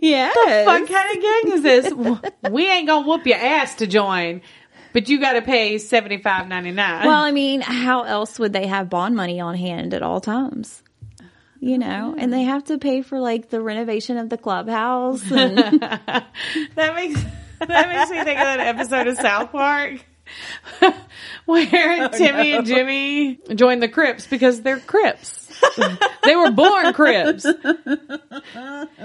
Speaker 2: yeah.
Speaker 1: what kind of gang is this? W- We ain't gonna whoop your ass to join, but you got to pay seventy five ninety nine.
Speaker 2: Well, I mean, how else would they have bond money on hand at all times? You know, and they have to pay for like the renovation of the clubhouse and
Speaker 1: That makes that makes me think of that episode of South Park
Speaker 2: Oh,
Speaker 1: where Timmy and Jimmy joined the Crips because they're Crips. they were born Crips.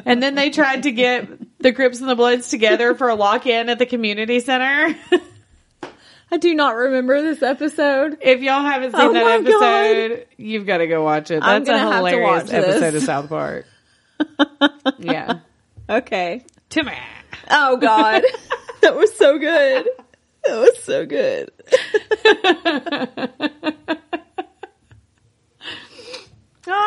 Speaker 1: And then they tried to get the Crips and the Bloods together for a lock in at the community center.
Speaker 2: I do not remember this episode.
Speaker 1: if y'all haven't seen
Speaker 2: Oh
Speaker 1: that
Speaker 2: my God.
Speaker 1: episode, you've got to go watch it.
Speaker 2: I'm
Speaker 1: That's a
Speaker 2: gonna have to watch
Speaker 1: hilarious
Speaker 2: this.
Speaker 1: episode of South Park. yeah.
Speaker 2: Okay.
Speaker 1: Timmy.
Speaker 2: Oh God, that was so good. That was so good.
Speaker 1: All right.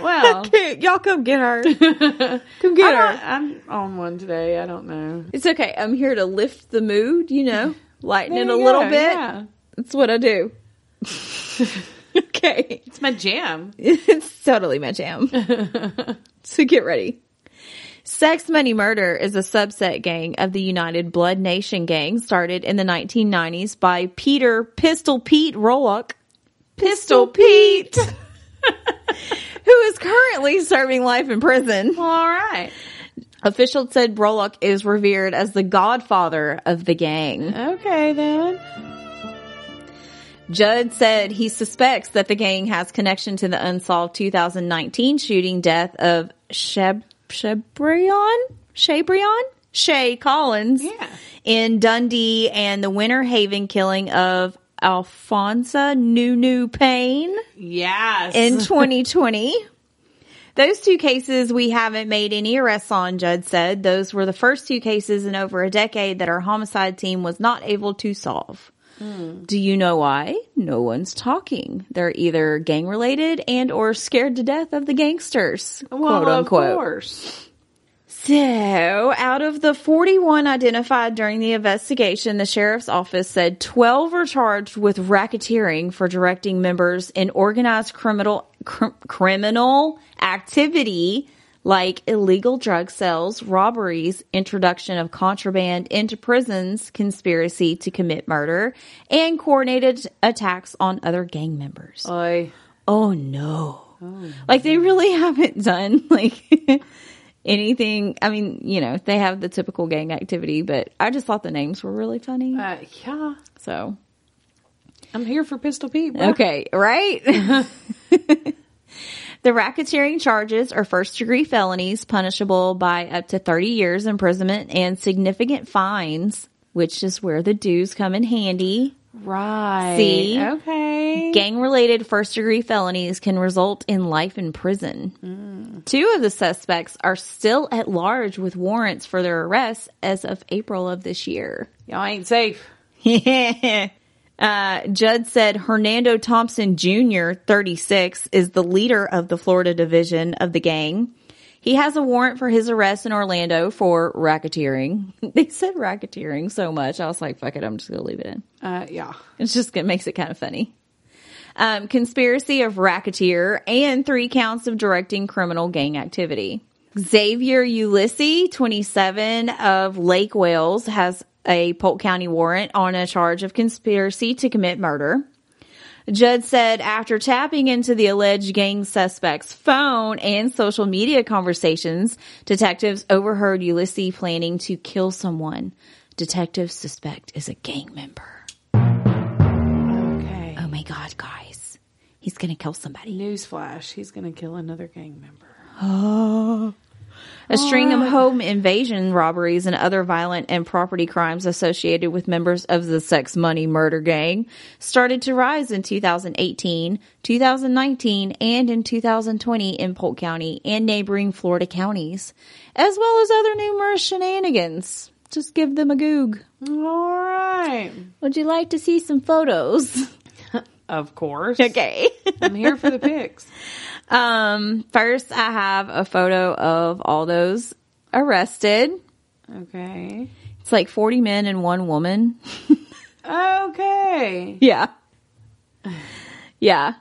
Speaker 1: Well,
Speaker 2: Okay, y'all come get her. Come get
Speaker 1: I'm,
Speaker 2: her.
Speaker 1: I'm on one today. I don't know.
Speaker 2: It's okay. I'm here to lift the mood. You know, lighten it a
Speaker 1: There you
Speaker 2: little
Speaker 1: go,
Speaker 2: bit.
Speaker 1: yeah.
Speaker 2: That's what I do. okay.
Speaker 1: It's my jam.
Speaker 2: It's totally my jam. so get ready. Sex Money Murder is a subset gang of the United Blood Nation gang started in the 1990s by Peter Pistol Pete Rolock. Pistol Pete! who is currently serving life in prison.
Speaker 1: Well, all right.
Speaker 2: Officials said Rolock is revered as the godfather of the gang.
Speaker 1: Okay, then.
Speaker 2: Judd said he suspects that the gang has connection to the unsolved 2019 shooting death of Sheb Shebrion Shabrion Shay Collins
Speaker 1: Yeah.
Speaker 2: in Dundee and the Winter Haven killing of Alfonso Nunu Payne
Speaker 1: Yes.
Speaker 2: in 2020. Those two cases we haven't made any arrests on, Judd said. Those were the first two cases in over a decade that our homicide team was not able to solve.
Speaker 1: Hmm.
Speaker 2: Do you know why? No one's talking. They're either gang related and or scared to death of the gangsters,
Speaker 1: well,
Speaker 2: quote unquote.
Speaker 1: Of course.
Speaker 2: So, out of the 41 identified during the investigation, the sheriff's office said 12 were charged with racketeering for directing members in organized criminal cr- criminal activity like illegal drug sales, robberies, introduction of contraband into prisons, conspiracy to commit murder, and coordinated attacks on other gang members.
Speaker 1: Oy.
Speaker 2: Oh no. Like they really haven't done like anything. I mean, you know, they have the typical gang activity, but I just thought the names were really funny.
Speaker 1: Uh, yeah.
Speaker 2: So,
Speaker 1: I'm here for Pistol Pete. bro.
Speaker 2: okay, right? the racketeering charges are first degree felonies punishable by up to 30 years imprisonment and significant fines, which is where the dues come in handy.
Speaker 1: Right.
Speaker 2: See?
Speaker 1: Okay.
Speaker 2: Gang related first degree felonies can result in life in prison. Two of the suspects are still at large with warrants for their arrests as of April of this year.
Speaker 1: Y'all ain't safe.
Speaker 2: uh, Judd said Hernando Thompson Jr., 36, is the leader of the Florida division of the gang. He has a warrant for his arrest in Orlando for racketeering. They said racketeering so much. I was like, fuck it, I'm just going to leave it in.
Speaker 1: Uh, yeah.
Speaker 2: It's just it makes it kind of funny. Um, conspiracy of racketeer and three counts of directing criminal gang activity. Xavier Ulysses, 27 of Lake Wales, has a Polk County warrant on a charge of conspiracy to commit murder. Judd said after tapping into the alleged gang suspect's phone and social media conversations, detectives overheard Ulysses planning to kill someone. Detectives suspect is a gang member.
Speaker 1: Okay.
Speaker 2: Oh my god, guys. He's gonna kill somebody.
Speaker 1: Newsflash. He's going to kill another gang member.
Speaker 2: A string of home invasion robberies and other violent and property crimes associated with members of the sex money murder gang started to rise in 2018, 2019, and in 2020 in Polk County and neighboring Florida counties, as well as other numerous shenanigans. Just give them a goog.
Speaker 1: All right.
Speaker 2: Would you like to see some photos?
Speaker 1: Of course.
Speaker 2: Okay.
Speaker 1: I'm here for the pics.
Speaker 2: Um, first I have a photo of all those arrested.
Speaker 1: Okay.
Speaker 2: It's like 40 men and one woman.
Speaker 1: Okay.
Speaker 2: Yeah. Yeah.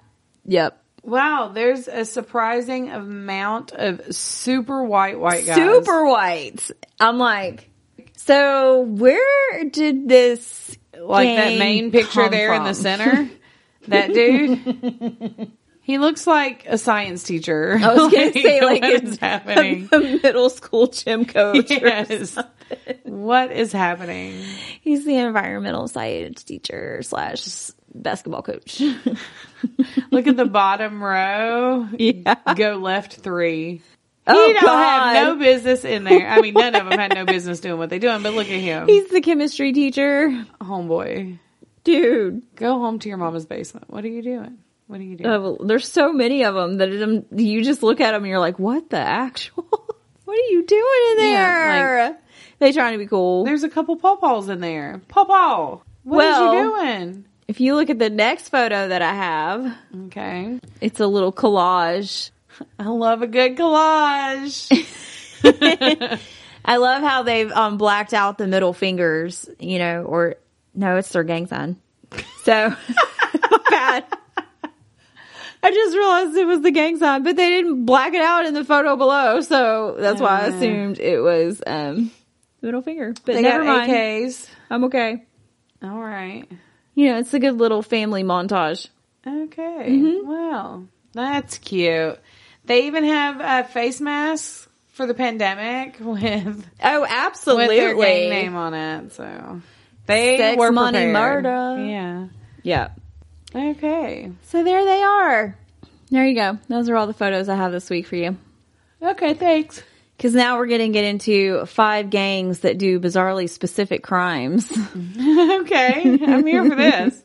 Speaker 2: Yep.
Speaker 1: Wow, there's a surprising amount of super white white guys.
Speaker 2: Super whites. I'm like, so where did this
Speaker 1: like that
Speaker 2: gang
Speaker 1: main picture
Speaker 2: come
Speaker 1: there in the
Speaker 2: from?
Speaker 1: center. That dude. he looks like a science teacher.
Speaker 2: I was gonna say like
Speaker 1: what
Speaker 2: it's
Speaker 1: is happening.
Speaker 2: a middle school gym coach.
Speaker 1: Yes. What is happening?
Speaker 2: He's the environmental science teacher slash basketball coach.
Speaker 1: Look at the bottom row.
Speaker 2: yeah.
Speaker 1: Go left three.
Speaker 2: Oh,
Speaker 1: he don't
Speaker 2: God.
Speaker 1: have no business in there. I mean, none of them had no business doing what they're doing. But look at him,
Speaker 2: He's the chemistry teacher.
Speaker 1: homeboy.
Speaker 2: Dude.
Speaker 1: Go home to your mama's basement. What are you doing? What are you doing?
Speaker 2: Uh, there's so many of them that it, um, you just look at them and you're like, what the actual? what are you doing in
Speaker 1: Yeah,
Speaker 2: there? they trying to be cool.
Speaker 1: There's a couple pawpaws in there. Pawpaw. What
Speaker 2: Well-
Speaker 1: are you
Speaker 2: If you look at the next photo that I have,
Speaker 1: doing? Okay.
Speaker 2: it's a little collage.
Speaker 1: I love a good collage.
Speaker 2: I love how they've um, blacked out the middle fingers, you know, or no, it's their gang sign. So bad. I just realized it was the gang sign, but they didn't black it out in the photo below, so that's why I
Speaker 1: Uh.
Speaker 2: assumed it was um, middle finger. But
Speaker 1: they
Speaker 2: never
Speaker 1: got
Speaker 2: mind,
Speaker 1: AKs.
Speaker 2: I'm okay.
Speaker 1: All right.
Speaker 2: You know, it's a good little family montage.
Speaker 1: Okay.
Speaker 2: Mm-hmm.
Speaker 1: Wow. That's cute. They even have uh, face masks for the pandemic with,
Speaker 2: Oh,
Speaker 1: with
Speaker 2: absolutely.
Speaker 1: their gang name on it. So they
Speaker 2: Sex,
Speaker 1: were
Speaker 2: money,
Speaker 1: prepared.
Speaker 2: murder.
Speaker 1: Yeah.
Speaker 2: Yeah.
Speaker 1: Okay.
Speaker 2: So there they are. There you go. Those are all the photos I have this week for you.
Speaker 1: Okay. Thanks.
Speaker 2: Because now we're going to get into five gangs that do bizarrely specific crimes.
Speaker 1: okay. I'm here for this.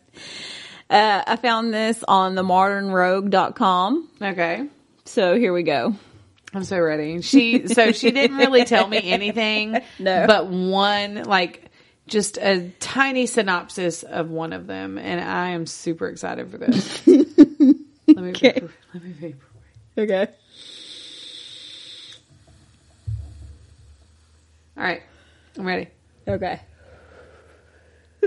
Speaker 2: Uh, I found this on themodernrogue.com.
Speaker 1: Okay.
Speaker 2: So here we go.
Speaker 1: I'm so ready. She so she didn't really tell me anything,
Speaker 2: No.
Speaker 1: but one like just a tiny synopsis of one of them, and I am super excited for this. let me vapor, let me vapor.
Speaker 2: Okay.
Speaker 1: All right, I'm ready.
Speaker 2: Okay.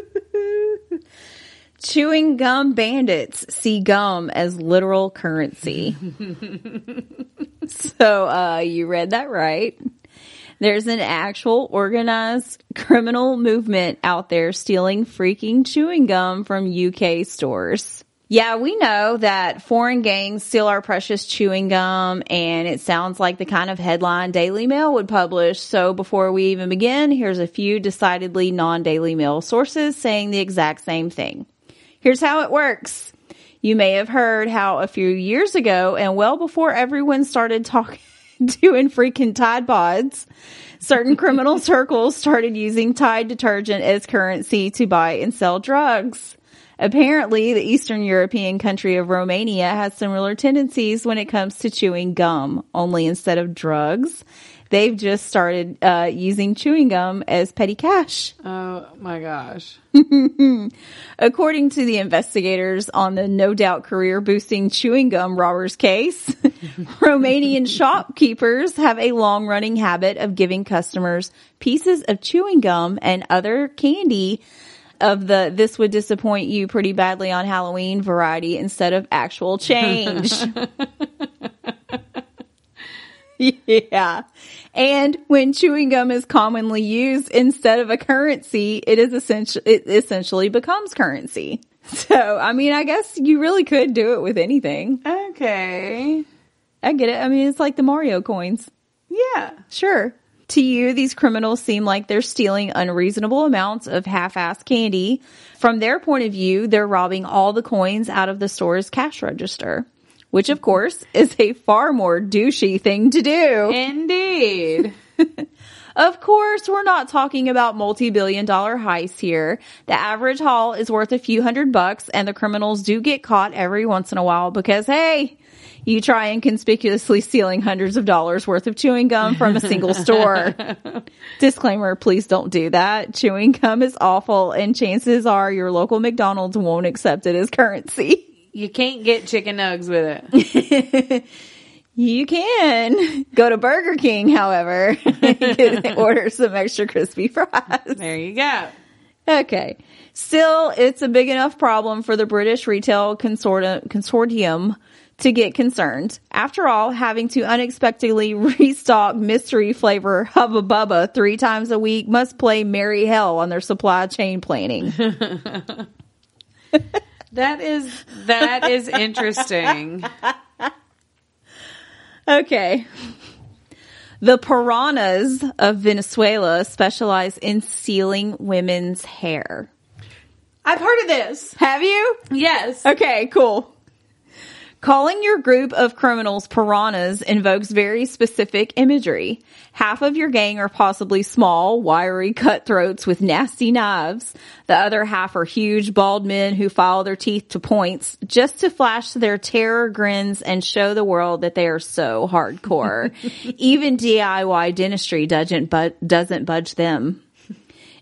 Speaker 2: Chewing gum bandits see gum as literal currency. so uh, you read that right. There's an actual organized criminal movement out there stealing freaking chewing gum from UK stores. Yeah, we know that foreign gangs steal our precious chewing gum, and it sounds like the kind of headline Daily Mail would publish. So before we even begin, here's a few decidedly non Daily Mail sources saying the exact same thing. Here's how it works. You may have heard how a few years ago, and well before everyone started talking, doing freaking Tide Pods, certain criminal circles started using Tide detergent as currency to buy and sell drugs. Apparently, the Eastern European country of Romania has similar tendencies when it comes to chewing gum, only instead of drugs, they've just started uh, using chewing gum as petty cash.
Speaker 1: Oh my gosh.
Speaker 2: According to the investigators on the no doubt career boosting chewing gum robbers case, Romanian shopkeepers have a long running habit of giving customers pieces of chewing gum and other candy of the this would disappoint you pretty badly on Halloween variety instead of actual change. yeah. And when chewing gum is commonly used instead of a currency, it is essentially, it essentially becomes currency. So, I mean, I guess you really could do it with anything.
Speaker 1: Okay.
Speaker 2: I get it. I mean, it's like the Mario coins.
Speaker 1: Yeah.
Speaker 2: Sure. To you, these criminals seem like they're stealing unreasonable amounts of half-assed candy. From their point of view, they're robbing all the coins out of the store's cash register, which of course is a far more douchey thing to do.
Speaker 1: Indeed.
Speaker 2: Of course, we're not talking about multi-billion dollar heists here. The average haul is worth a few hundred bucks and the criminals do get caught every once in a while because hey, you try and conspicuously stealing hundreds of dollars worth of chewing gum from a single store. Disclaimer, please don't do that. Chewing gum is awful and chances are your local McDonald's won't accept it as currency.
Speaker 1: you can't get chicken nugs with it.
Speaker 2: You can go to Burger King, however, and order some extra crispy fries.
Speaker 1: There you go.
Speaker 2: Okay. Still, it's a big enough problem for the British Retail Consortium, consortium to get concerned. After all, having to unexpectedly restock mystery flavor Hubba Bubba three times a week must play merry hell on their supply chain planning.
Speaker 1: That is that is interesting.
Speaker 2: Okay. The piranhas of Venezuela specialize in sealing women's hair.
Speaker 1: I've heard of this.
Speaker 2: Have you?
Speaker 1: Yes.
Speaker 2: Okay, cool. Calling your group of criminals piranhas invokes very specific imagery. Half of your gang are possibly small, wiry cutthroats with nasty knives. The other half are huge, bald men who file their teeth to points just to flash their terror grins and show the world that they are so hardcore. Even DIY dentistry doesn't, bu- doesn't budge them.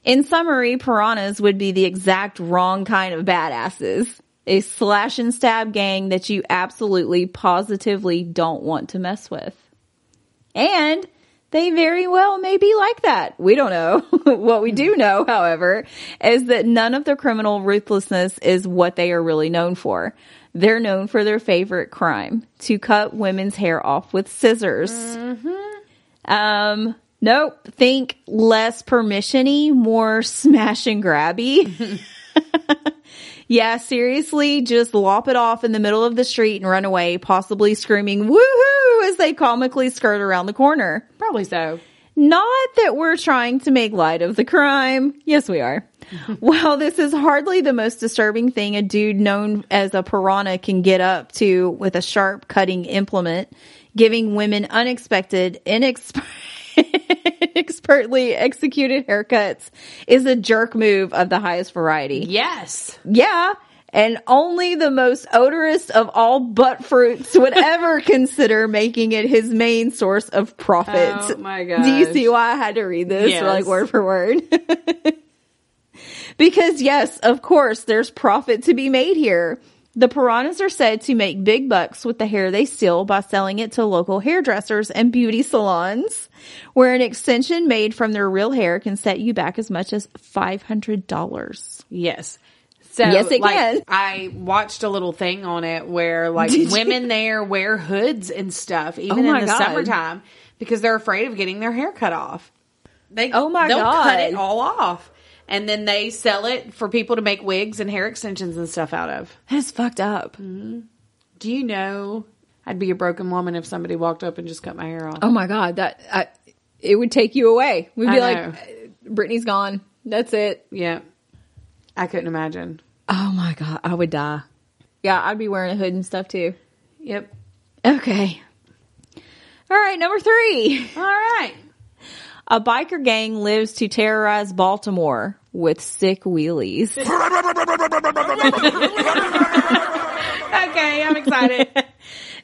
Speaker 2: In summary, piranhas would be the exact wrong kind of badasses. A slash and stab gang that you absolutely positively don't want to mess with. And they very well may be like that. We don't know. what we do know, however, is that none of their criminal ruthlessness is what they are really known for. They're known for their favorite crime to cut women's hair off with scissors. Um, nope. Think less permissiony, more smash and grabby. yeah, seriously, just lop it off in the middle of the street and run away, possibly screaming woohoo as they comically skirt around the corner.
Speaker 1: Probably so.
Speaker 2: Not that we're trying to make light of the crime. Yes, we are. well, this is hardly the most disturbing thing a dude known as a piranha can get up to with a sharp cutting implement, giving women unexpected, inexp- expertly executed haircuts is a jerk move of the highest variety.
Speaker 1: Yes.
Speaker 2: Yeah. And only the most odorous of all butt fruits would ever consider making it his main source of profit.
Speaker 1: Oh my
Speaker 2: Do you
Speaker 1: gosh.
Speaker 2: see why I had to read this
Speaker 1: Yes.
Speaker 2: like word for word? because yes, of course, there's profit to be made here. The piranhas are said to make big bucks with the hair they steal by selling it to local hairdressers and beauty salons, where an extension made from their real hair can set you back as much as $500.
Speaker 1: Yes. So
Speaker 2: Yes, it
Speaker 1: like,
Speaker 2: can.
Speaker 1: I watched a little thing on it where like
Speaker 2: Did you?
Speaker 1: women there wear hoods and stuff
Speaker 2: Oh
Speaker 1: even
Speaker 2: my
Speaker 1: in the
Speaker 2: God.
Speaker 1: summertime because they're afraid of getting their hair cut off. They
Speaker 2: Oh my
Speaker 1: they'll
Speaker 2: God.
Speaker 1: cut it all off and then they sell it for people to make wigs and hair extensions and stuff out of.
Speaker 2: That's fucked up.
Speaker 1: Do you know I'd be a broken woman if somebody walked up and just cut my hair off?
Speaker 2: Oh my god, that I, it would take you away. We'd
Speaker 1: I
Speaker 2: be
Speaker 1: know.
Speaker 2: like, Brittany's gone. That's it.
Speaker 1: Yeah. I couldn't imagine.
Speaker 2: Oh my god, I would die. Yeah, I'd be wearing a hood and stuff too.
Speaker 1: Yep.
Speaker 2: Okay. All right, number three.
Speaker 1: All right.
Speaker 2: A biker gang lives to terrorize Baltimore with sick wheelies.
Speaker 1: Okay, I'm excited.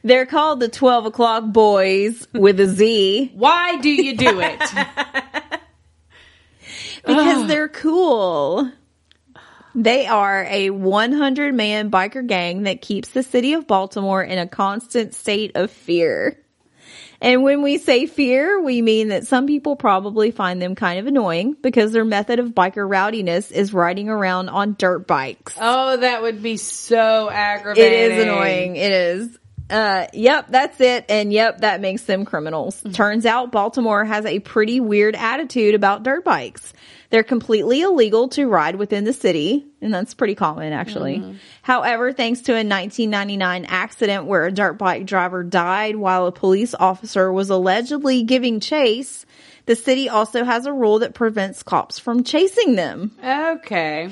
Speaker 2: They're called the 12 o'clock boys with a Z
Speaker 1: Why do you do it?
Speaker 2: because they're cool. They are a 100 man biker gang that keeps the city of Baltimore in a constant state of fear. And when we say fear, we mean that some people probably find them kind of annoying because their method of biker rowdiness is riding around on dirt bikes.
Speaker 1: Oh, that would be so
Speaker 2: It
Speaker 1: aggravating.
Speaker 2: is annoying. It is. Uh, yep, that's it. And yep, that makes them criminals. Turns out Baltimore has a pretty weird attitude about dirt bikes. They're completely illegal to ride within the city, and that's pretty common actually. However, thanks to a 1999 accident where a dirt bike driver died while a police officer was allegedly giving chase, the city also has a rule that prevents cops from chasing them.
Speaker 1: Okay.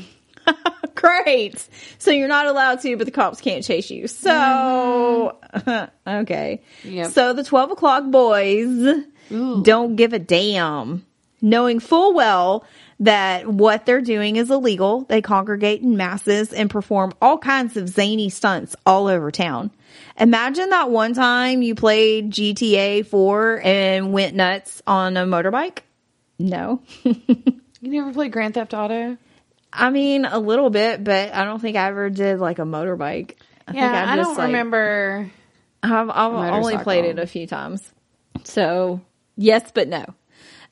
Speaker 2: Great. So you're not allowed to, but the cops can't chase you. So, okay.
Speaker 1: Yep.
Speaker 2: So the 12 o'clock boys don't give a damn. Knowing full well that what they're doing is illegal, they congregate in masses and perform all kinds of zany stunts all over town. Imagine that one time you played GTA 4 and went nuts on a motorbike. No.
Speaker 1: You never played Grand Theft Auto?
Speaker 2: I mean, a little bit, but I don't think I ever did like a motorbike. I think
Speaker 1: Yeah, I,
Speaker 2: just,
Speaker 1: don't
Speaker 2: like-
Speaker 1: remember.
Speaker 2: I've, I've only
Speaker 1: motorcycle.
Speaker 2: played it a few times. So, yes, but no.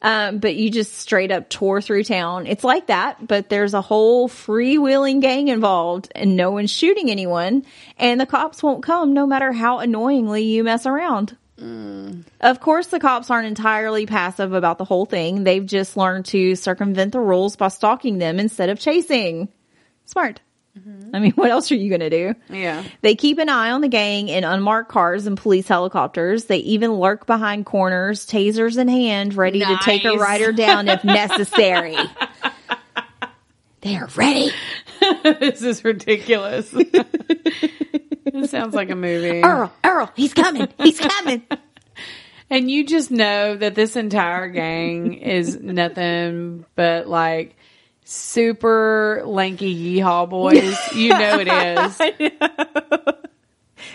Speaker 2: Um, but you just straight up tour through town. It's like that, but there's a whole freewheeling gang involved and no one's shooting anyone. And the cops won't come no matter how annoyingly you mess around. Of course, the cops aren't entirely passive about the whole thing. They've just learned to circumvent the rules by stalking them instead of chasing. Smart. I mean, what else are you going to do?
Speaker 1: Yeah.
Speaker 2: They keep an eye on the gang in unmarked cars and police helicopters. They even lurk behind corners, tasers in hand, ready to take a
Speaker 1: Nice.
Speaker 2: rider down if necessary. they are ready.
Speaker 1: this is ridiculous. this sounds like a movie.
Speaker 2: Earl, Earl, he's coming. He's coming.
Speaker 1: And you just know that this entire gang is nothing but like super lanky yeehaw boys. You know it is.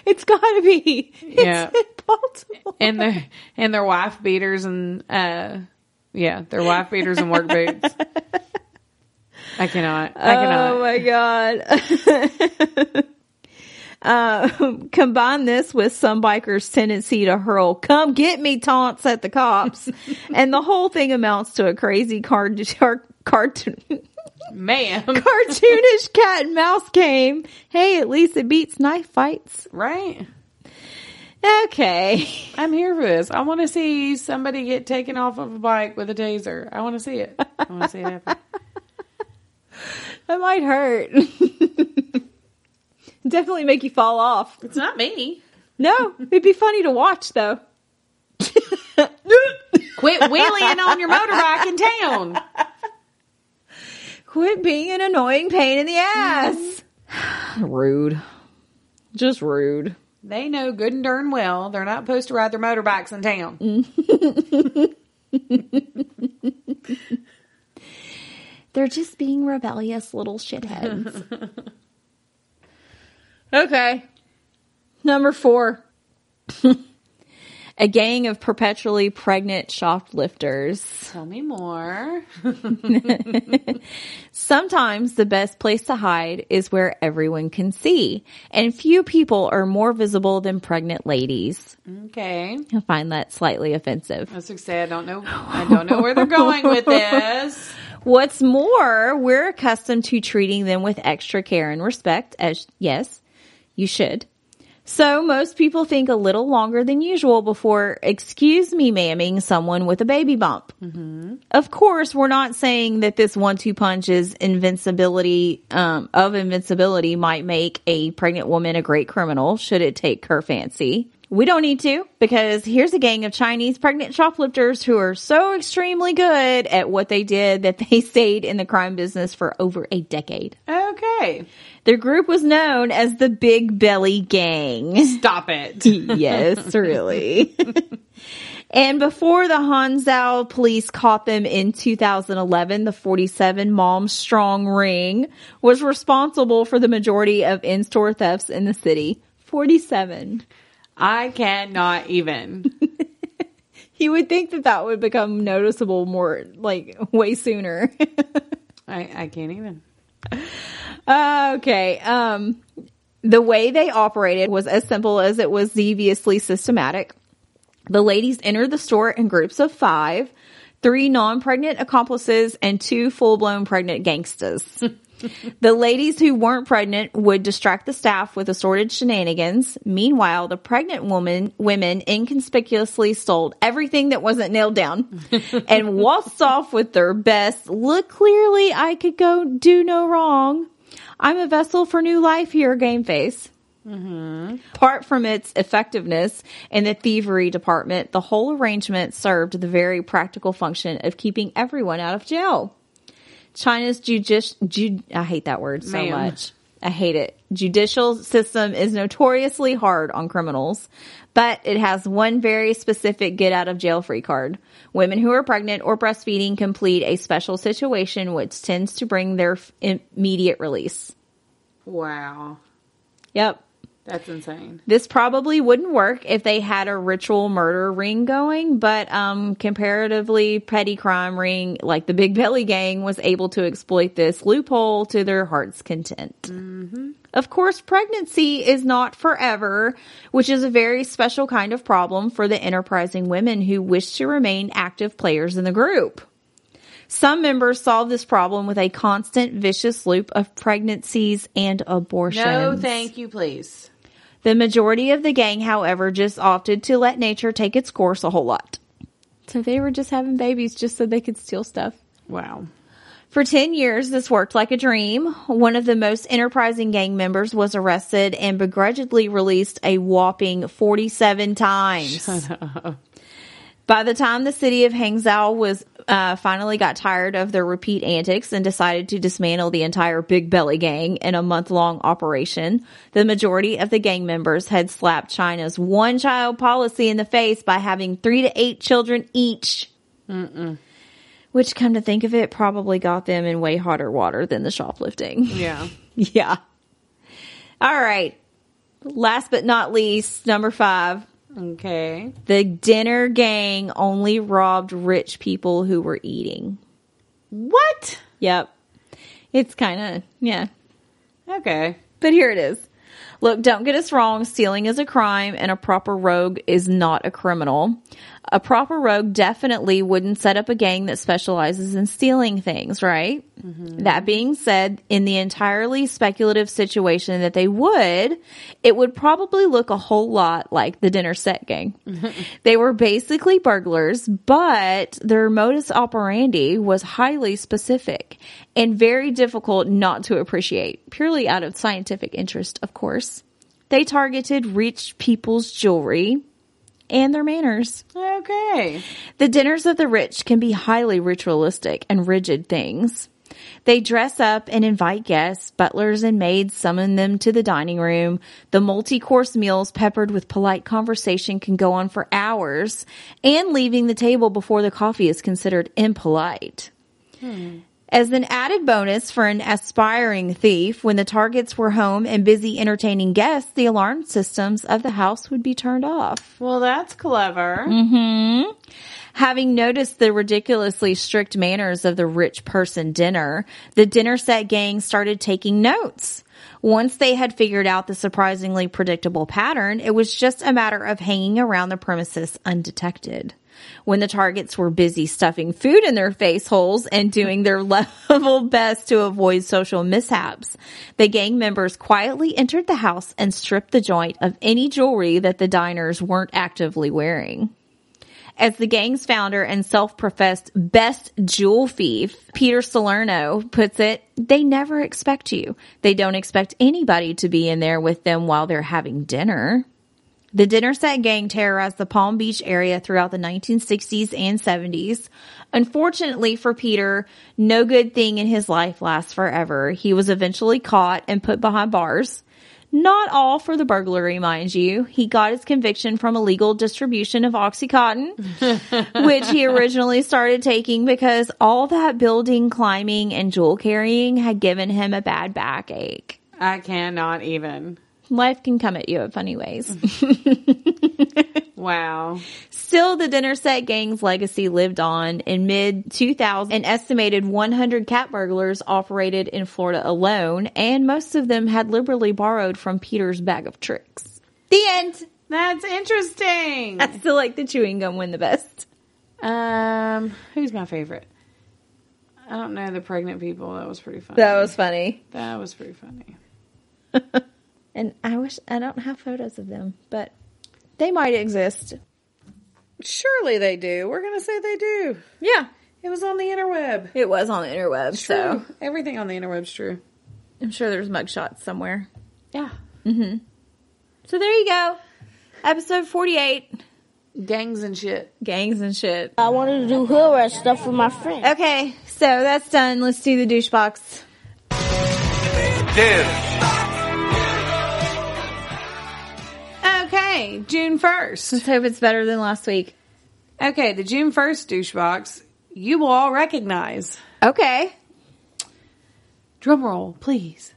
Speaker 2: It's got to be. It's
Speaker 1: Yeah.
Speaker 2: in Baltimore.
Speaker 1: And their and their wife beaters and uh yeah, their wife beaters and work boots. I cannot. I cannot.
Speaker 2: Oh my god. Um, combine this with some bikers' tendency to hurl "Come get me" taunts at the cops, and the whole thing amounts to a crazy card- cartoon
Speaker 1: Oh. Ma'am.
Speaker 2: cartoonish cat and mouse game. Hey, at least it beats knife fights.
Speaker 1: Right?
Speaker 2: Okay,
Speaker 1: I'm here for this. I want to see somebody get taken off of a bike with a taser. I want to see it. I want to see it happen.
Speaker 2: that might hurt. Definitely make you fall off.
Speaker 1: It's not me.
Speaker 2: No, it'd be funny to watch though.
Speaker 1: Quit wheeling on your motorbike in town.
Speaker 2: Quit being an annoying pain in the ass. rude. Just rude.
Speaker 1: They know good and darn well they're not supposed to ride their motorbikes in town.
Speaker 2: They're just being rebellious little shitheads. okay. Number four. A gang of perpetually pregnant shoplifters.
Speaker 1: Tell me more.
Speaker 2: Sometimes the best place to hide is where everyone can see, and few people are more visible than pregnant ladies.
Speaker 1: Okay.
Speaker 2: I find that slightly offensive.
Speaker 1: That's what I say. I don't know. I don't know where they're going with this.
Speaker 2: What's more, we're accustomed to treating them with extra care and respect, as yes, you should. So most people think a little longer than usual before, excuse me, mamming someone with a baby bump. Of course, we're not saying that this one-two punch is invincibility um, of invincibility might make a pregnant woman a great criminal should it take her fancy. We don't need to because here's a gang of Chinese pregnant shoplifters who are so extremely good at what they did that they stayed in the crime business for over a decade.
Speaker 1: Okay.
Speaker 2: Their group was known as the Big Belly Gang.
Speaker 1: Stop it.
Speaker 2: yes, really. And before the Hanzhou police caught them in 2011, the 47 Mom Strong Ring was responsible for the majority of in-store thefts in the city. 47.
Speaker 1: I cannot even.
Speaker 2: You would think that that would become noticeable more, like, way sooner.
Speaker 1: I, I can't even.
Speaker 2: Uh, Okay. Um, the way they operated was as simple as it was deviously systematic. The ladies entered the store in groups of five, three non pregnant accomplices, and two full blown pregnant gangsters. the ladies who weren't pregnant would distract the staff with assorted shenanigans. Meanwhile, the pregnant woman women inconspicuously sold everything that wasn't nailed down and waltzed off with their best. Look clearly, I could go do no wrong. I'm a vessel for new life here, Game Face. Apart from its effectiveness in the thievery department, the whole arrangement served the very practical function of keeping everyone out of jail. China's judici- ju- I hate that word so
Speaker 1: Ma'am.
Speaker 2: much. I hate it. Judicial system is notoriously hard on criminals, but it has one very specific get out of jail free card. Women who are pregnant or breastfeeding complete a special situation which tends to bring their f- immediate release.
Speaker 1: Wow.
Speaker 2: Yep.
Speaker 1: That's insane.
Speaker 2: This probably wouldn't work if they had a ritual murder ring going, but um, comparatively petty crime ring like the Big Belly Gang was able to exploit this loophole to their heart's content.
Speaker 1: Mm-hmm.
Speaker 2: Of course, pregnancy is not forever, which is a very special kind of problem for the enterprising women who wish to remain active players in the group. Some members solve this problem with a constant vicious loop of pregnancies and abortions.
Speaker 1: No, thank you, please.
Speaker 2: The majority of the gang, however, just opted to let nature take its course a whole lot. So they were just having babies just so they could steal stuff.
Speaker 1: Wow.
Speaker 2: For 10 years, this worked like a dream. One of the most enterprising gang members was arrested and begrudgingly released a whopping 47 times. By the time the city of Hangzhou was uh, finally got tired of their repeat antics and decided to dismantle the entire Big Belly gang in a month long operation, the majority of the gang members had slapped China's one child policy in the face by having three to eight children each. Which, come to think of it, probably got them in way hotter water than the shoplifting.
Speaker 1: Yeah.
Speaker 2: yeah. All right. Last but not least, number five.
Speaker 1: Okay.
Speaker 2: The dinner gang only robbed rich people who were eating.
Speaker 1: What?
Speaker 2: Yep. It's kind of, yeah.
Speaker 1: Okay.
Speaker 2: But here it is. Look, don't get us wrong. Stealing is a crime and a proper rogue is not a criminal. A proper rogue definitely wouldn't set up a gang that specializes in stealing things, right? That being said, in the entirely speculative situation that they would, it would probably look a whole lot like the dinner set gang. they were basically burglars, but their modus operandi was highly specific and very difficult not to appreciate, purely out of scientific interest, of course. They targeted rich people's jewelry and their manners.
Speaker 1: Okay.
Speaker 2: The dinners of the rich can be highly ritualistic and rigid things. They dress up and invite guests. Butlers and maids summon them to the dining room. The multi-course meals peppered with polite conversation can go on for hours and leaving the table before the coffee is considered impolite. As an added bonus for an aspiring thief, when the targets were home and busy entertaining guests, the alarm systems of the house would be turned off.
Speaker 1: Well, that's clever.
Speaker 2: Having noticed the ridiculously strict manners of the rich person dinner, the dinner set gang started taking notes. Once they had figured out the surprisingly predictable pattern, it was just a matter of hanging around the premises undetected. When the targets were busy stuffing food in their face holes and doing their level best to avoid social mishaps, the gang members quietly entered the house and stripped the joint of any jewelry that the diners weren't actively wearing. As the gang's founder and self-professed best jewel thief, Peter Salerno puts it, they never expect you. They don't expect anybody to be in there with them while they're having dinner. The dinner set gang terrorized the Palm Beach area throughout the 1960s and 70s. Unfortunately for Peter, no good thing in his life lasts forever. He was eventually caught and put behind bars. Not all for the burglary, mind you. He got his conviction from illegal distribution of Oxycontin, which he originally started taking because all that building, climbing, and jewel carrying had given him a bad backache.
Speaker 1: I cannot even.
Speaker 2: Life can come at you in funny ways.
Speaker 1: Wow.
Speaker 2: Still, the dinner set gang's legacy lived on. In mid 2000, an estimated 100 cat burglars operated in Florida alone, and most of them had liberally borrowed from Peter's bag of tricks. The end.
Speaker 1: That's interesting.
Speaker 2: I still like the chewing gum one the best.
Speaker 1: Um, who's my favorite? I don't know the pregnant people. That was pretty funny.
Speaker 2: That was funny.
Speaker 1: that was pretty funny.
Speaker 2: And I wish I don't have photos of them, but they might exist.
Speaker 1: Surely they do. We're gonna say they do.
Speaker 2: Yeah.
Speaker 1: It was on the interweb.
Speaker 2: It was on the interwebs, so
Speaker 1: True. Everything on the interweb's true.
Speaker 2: I'm sure there's mugshots somewhere.
Speaker 1: Yeah.
Speaker 2: So there you go. Episode 48
Speaker 1: Gangs and shit.
Speaker 2: Gangs and Shit.
Speaker 4: I wanted to do hood rat stuff with my friends.
Speaker 2: Okay, so that's done. Let's do the douche box.
Speaker 5: Yeah.
Speaker 1: Okay, June first.
Speaker 2: Let's hope it's better than last week.
Speaker 1: Okay, the June first douche box you will all recognize.
Speaker 2: Okay.
Speaker 1: Drum roll, please.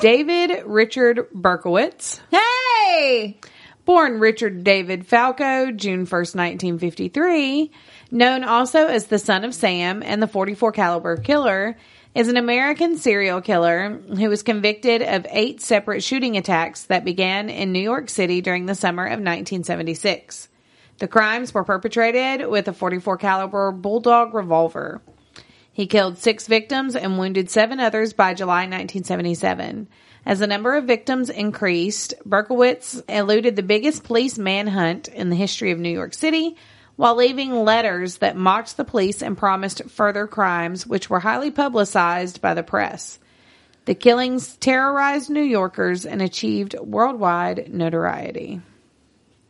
Speaker 1: David Richard Berkowitz.
Speaker 2: Hey!
Speaker 1: Born Richard David Falco, June 1st, 1953, known also as the son of Sam and the 44 caliber killer, is an American serial killer who was convicted of eight separate shooting attacks that began in New York City during the summer of 1976. The crimes were perpetrated with a 44 caliber bulldog revolver. He killed six victims and wounded seven others by July 1977. As the number of victims increased, Berkowitz eluded the biggest police manhunt in the history of New York City while leaving letters that mocked the police and promised further crimes, which were highly publicized by the press. The killings terrorized New Yorkers and achieved worldwide notoriety.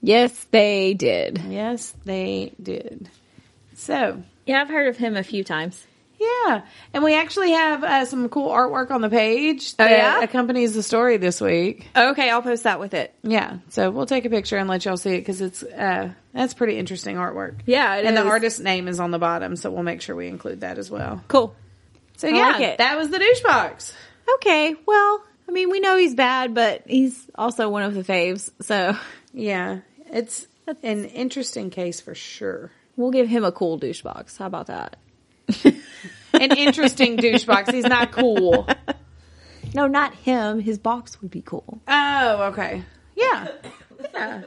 Speaker 2: Yes, they did.
Speaker 1: Yes, they did. So,
Speaker 2: Yeah, I've heard of him a few times.
Speaker 1: Yeah, and we actually have uh, some cool artwork on the page that
Speaker 2: Oh, yeah?
Speaker 1: accompanies the story this week.
Speaker 2: Okay, I'll post that with it.
Speaker 1: Yeah, so we'll take a picture and let y'all see it because it's uh, that's pretty interesting artwork.
Speaker 2: Yeah, it
Speaker 1: and
Speaker 2: is.
Speaker 1: the artist's name is on the bottom, so we'll make sure we include that as well.
Speaker 2: Cool.
Speaker 1: So
Speaker 2: I
Speaker 1: yeah,
Speaker 2: like it.
Speaker 1: that was the douche box.
Speaker 2: Okay, well, I mean, we know he's bad, but he's also one of the faves, so
Speaker 1: Yeah, it's an interesting case for sure.
Speaker 2: we'll give him a cool douche box. How about that?
Speaker 1: An interesting douche box. He's not cool.
Speaker 2: No, not him. His box would be cool.
Speaker 1: Oh, okay. Yeah, yeah.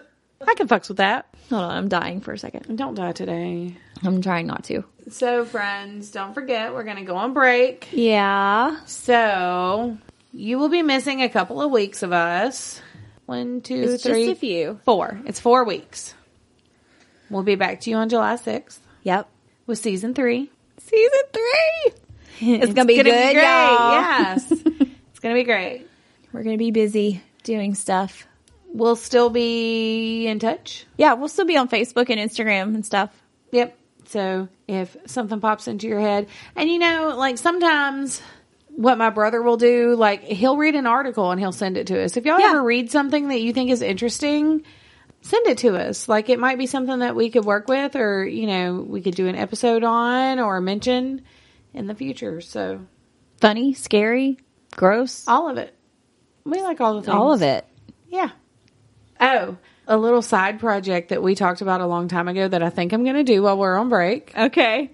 Speaker 1: I can fucks with that.
Speaker 2: Hold on, I'm dying for a second.
Speaker 1: Don't die today.
Speaker 2: I'm trying not to.
Speaker 1: So, friends, don't forget we're going to go on break.
Speaker 2: Yeah.
Speaker 1: So, you will be missing a couple of weeks of us. One, two,
Speaker 2: It's just
Speaker 1: three,
Speaker 2: a few.
Speaker 1: four. It's four weeks. We'll be back to you on July 6th
Speaker 2: Yep.
Speaker 1: with season three.
Speaker 2: Season three. It's, gonna be
Speaker 1: gonna
Speaker 2: good,
Speaker 1: great.
Speaker 2: y'all.
Speaker 1: Yes. it's going to be great.
Speaker 2: We're going to be busy doing stuff.
Speaker 1: We'll still be in touch.
Speaker 2: Yeah, we'll still be on Facebook and Instagram and stuff.
Speaker 1: Yep. So if something pops into your head, and you know, like sometimes what my brother will do, like he'll read an article and he'll send it to us. If y'all
Speaker 2: Yeah.
Speaker 1: ever read something that you think is interesting, send it to us. Like it might be something that we could work with or, you know, we could do an episode on or mention in the future. So
Speaker 2: Funny, scary, gross,
Speaker 1: all of it. We like all the things.
Speaker 2: all of it.
Speaker 1: Yeah. Oh, a little side project that we talked about a long time ago that I think I'm going to do while we're on break.
Speaker 2: Okay.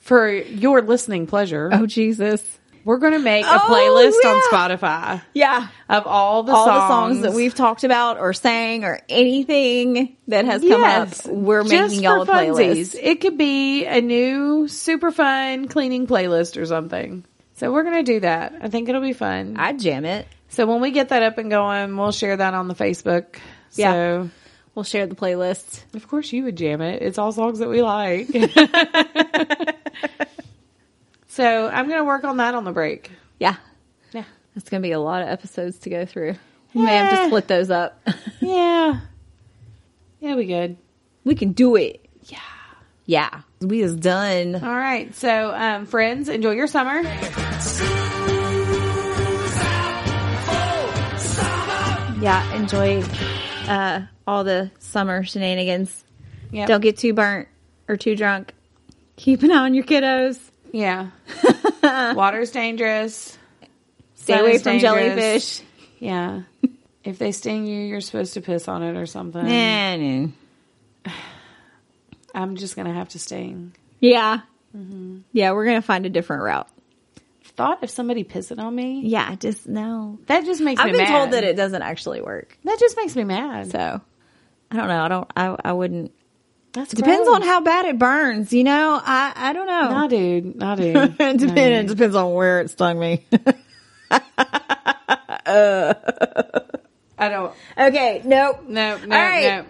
Speaker 1: for your listening pleasure,
Speaker 2: Oh Jesus.
Speaker 1: we're going to make a
Speaker 2: Oh,
Speaker 1: playlist on
Speaker 2: yeah.
Speaker 1: Spotify
Speaker 2: Yeah.
Speaker 1: of all the
Speaker 2: All
Speaker 1: songs.
Speaker 2: the songs that we've talked about or sang or anything that has come
Speaker 1: Yes.
Speaker 2: up, we're
Speaker 1: Just
Speaker 2: making y'all a
Speaker 1: for
Speaker 2: playlist.
Speaker 1: funsies. It could be a new super fun cleaning playlist or something. So we're going to do that. I think it'll be fun.
Speaker 2: I jam it.
Speaker 1: so when we get that up and going, we'll share that on the Facebook.
Speaker 2: Yeah.
Speaker 1: So
Speaker 2: We'll share the playlist.
Speaker 1: of course you would jam it. It's all songs that we like. so I'm going to work on that on the break.
Speaker 2: Yeah.
Speaker 1: Yeah.
Speaker 2: That's gonna be a lot of episodes to go through. We may have to
Speaker 1: Yeah.
Speaker 2: split those up.
Speaker 1: Yeah. Yeah, we good.
Speaker 2: we can do it. Yeah. Yeah. we is done.
Speaker 1: All right. So, um, friends, enjoy your summer.
Speaker 2: Yeah, enjoy uh, all the summer shenanigans.
Speaker 1: Yep.
Speaker 2: Don't get too burnt or too drunk. Keep an eye on your kiddos.
Speaker 1: Yeah. Water's dangerous.
Speaker 2: Stay
Speaker 1: Sun
Speaker 2: away
Speaker 1: is
Speaker 2: from
Speaker 1: dangerous.
Speaker 2: jellyfish.
Speaker 1: Yeah. if they sting you, you're supposed to piss on it or something.
Speaker 2: Nah, nah.
Speaker 1: I'm just going to have to sting.
Speaker 2: Yeah. Yeah, we're going to find a different route.
Speaker 1: Thought of somebody pissing on me?
Speaker 2: Yeah, just no.
Speaker 1: That just makes
Speaker 2: I've
Speaker 1: me
Speaker 2: been
Speaker 1: mad.
Speaker 2: told that it doesn't actually work.
Speaker 1: That just makes me mad.
Speaker 2: So I don't know. I don't, I, I wouldn't.
Speaker 1: That's
Speaker 2: Depends
Speaker 1: gross.
Speaker 2: on how bad it burns, you know? I, I don't know.
Speaker 1: Nah, dude. Nah, dude.
Speaker 2: it,
Speaker 1: Nah,
Speaker 2: depends, it
Speaker 1: dude.
Speaker 2: depends on where it stung me.
Speaker 1: I don't.
Speaker 2: okay, nope.
Speaker 1: No, no,
Speaker 2: All right.
Speaker 1: no.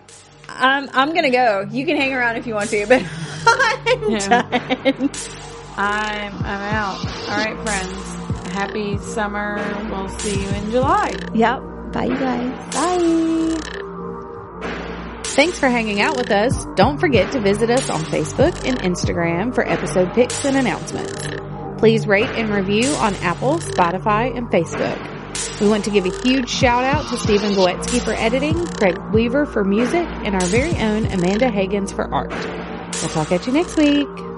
Speaker 2: I'm, I'm going to go. You can hang around if you want to, but I'm
Speaker 1: Yeah.
Speaker 2: done.
Speaker 1: I'm I'm out. All right, friends. Happy summer. We'll see you in July.
Speaker 2: Yep. Bye, you guys.
Speaker 1: Bye. Thanks for hanging out with us. Don't forget to visit us on Facebook and Instagram for episode picks and announcements. Please rate and review on Apple, Spotify, and Facebook. We want to give a huge shout out to Stephen Goetsky for editing, Craig Weaver for music, and our very own Amanda Higgins for art. We'll talk at you next week.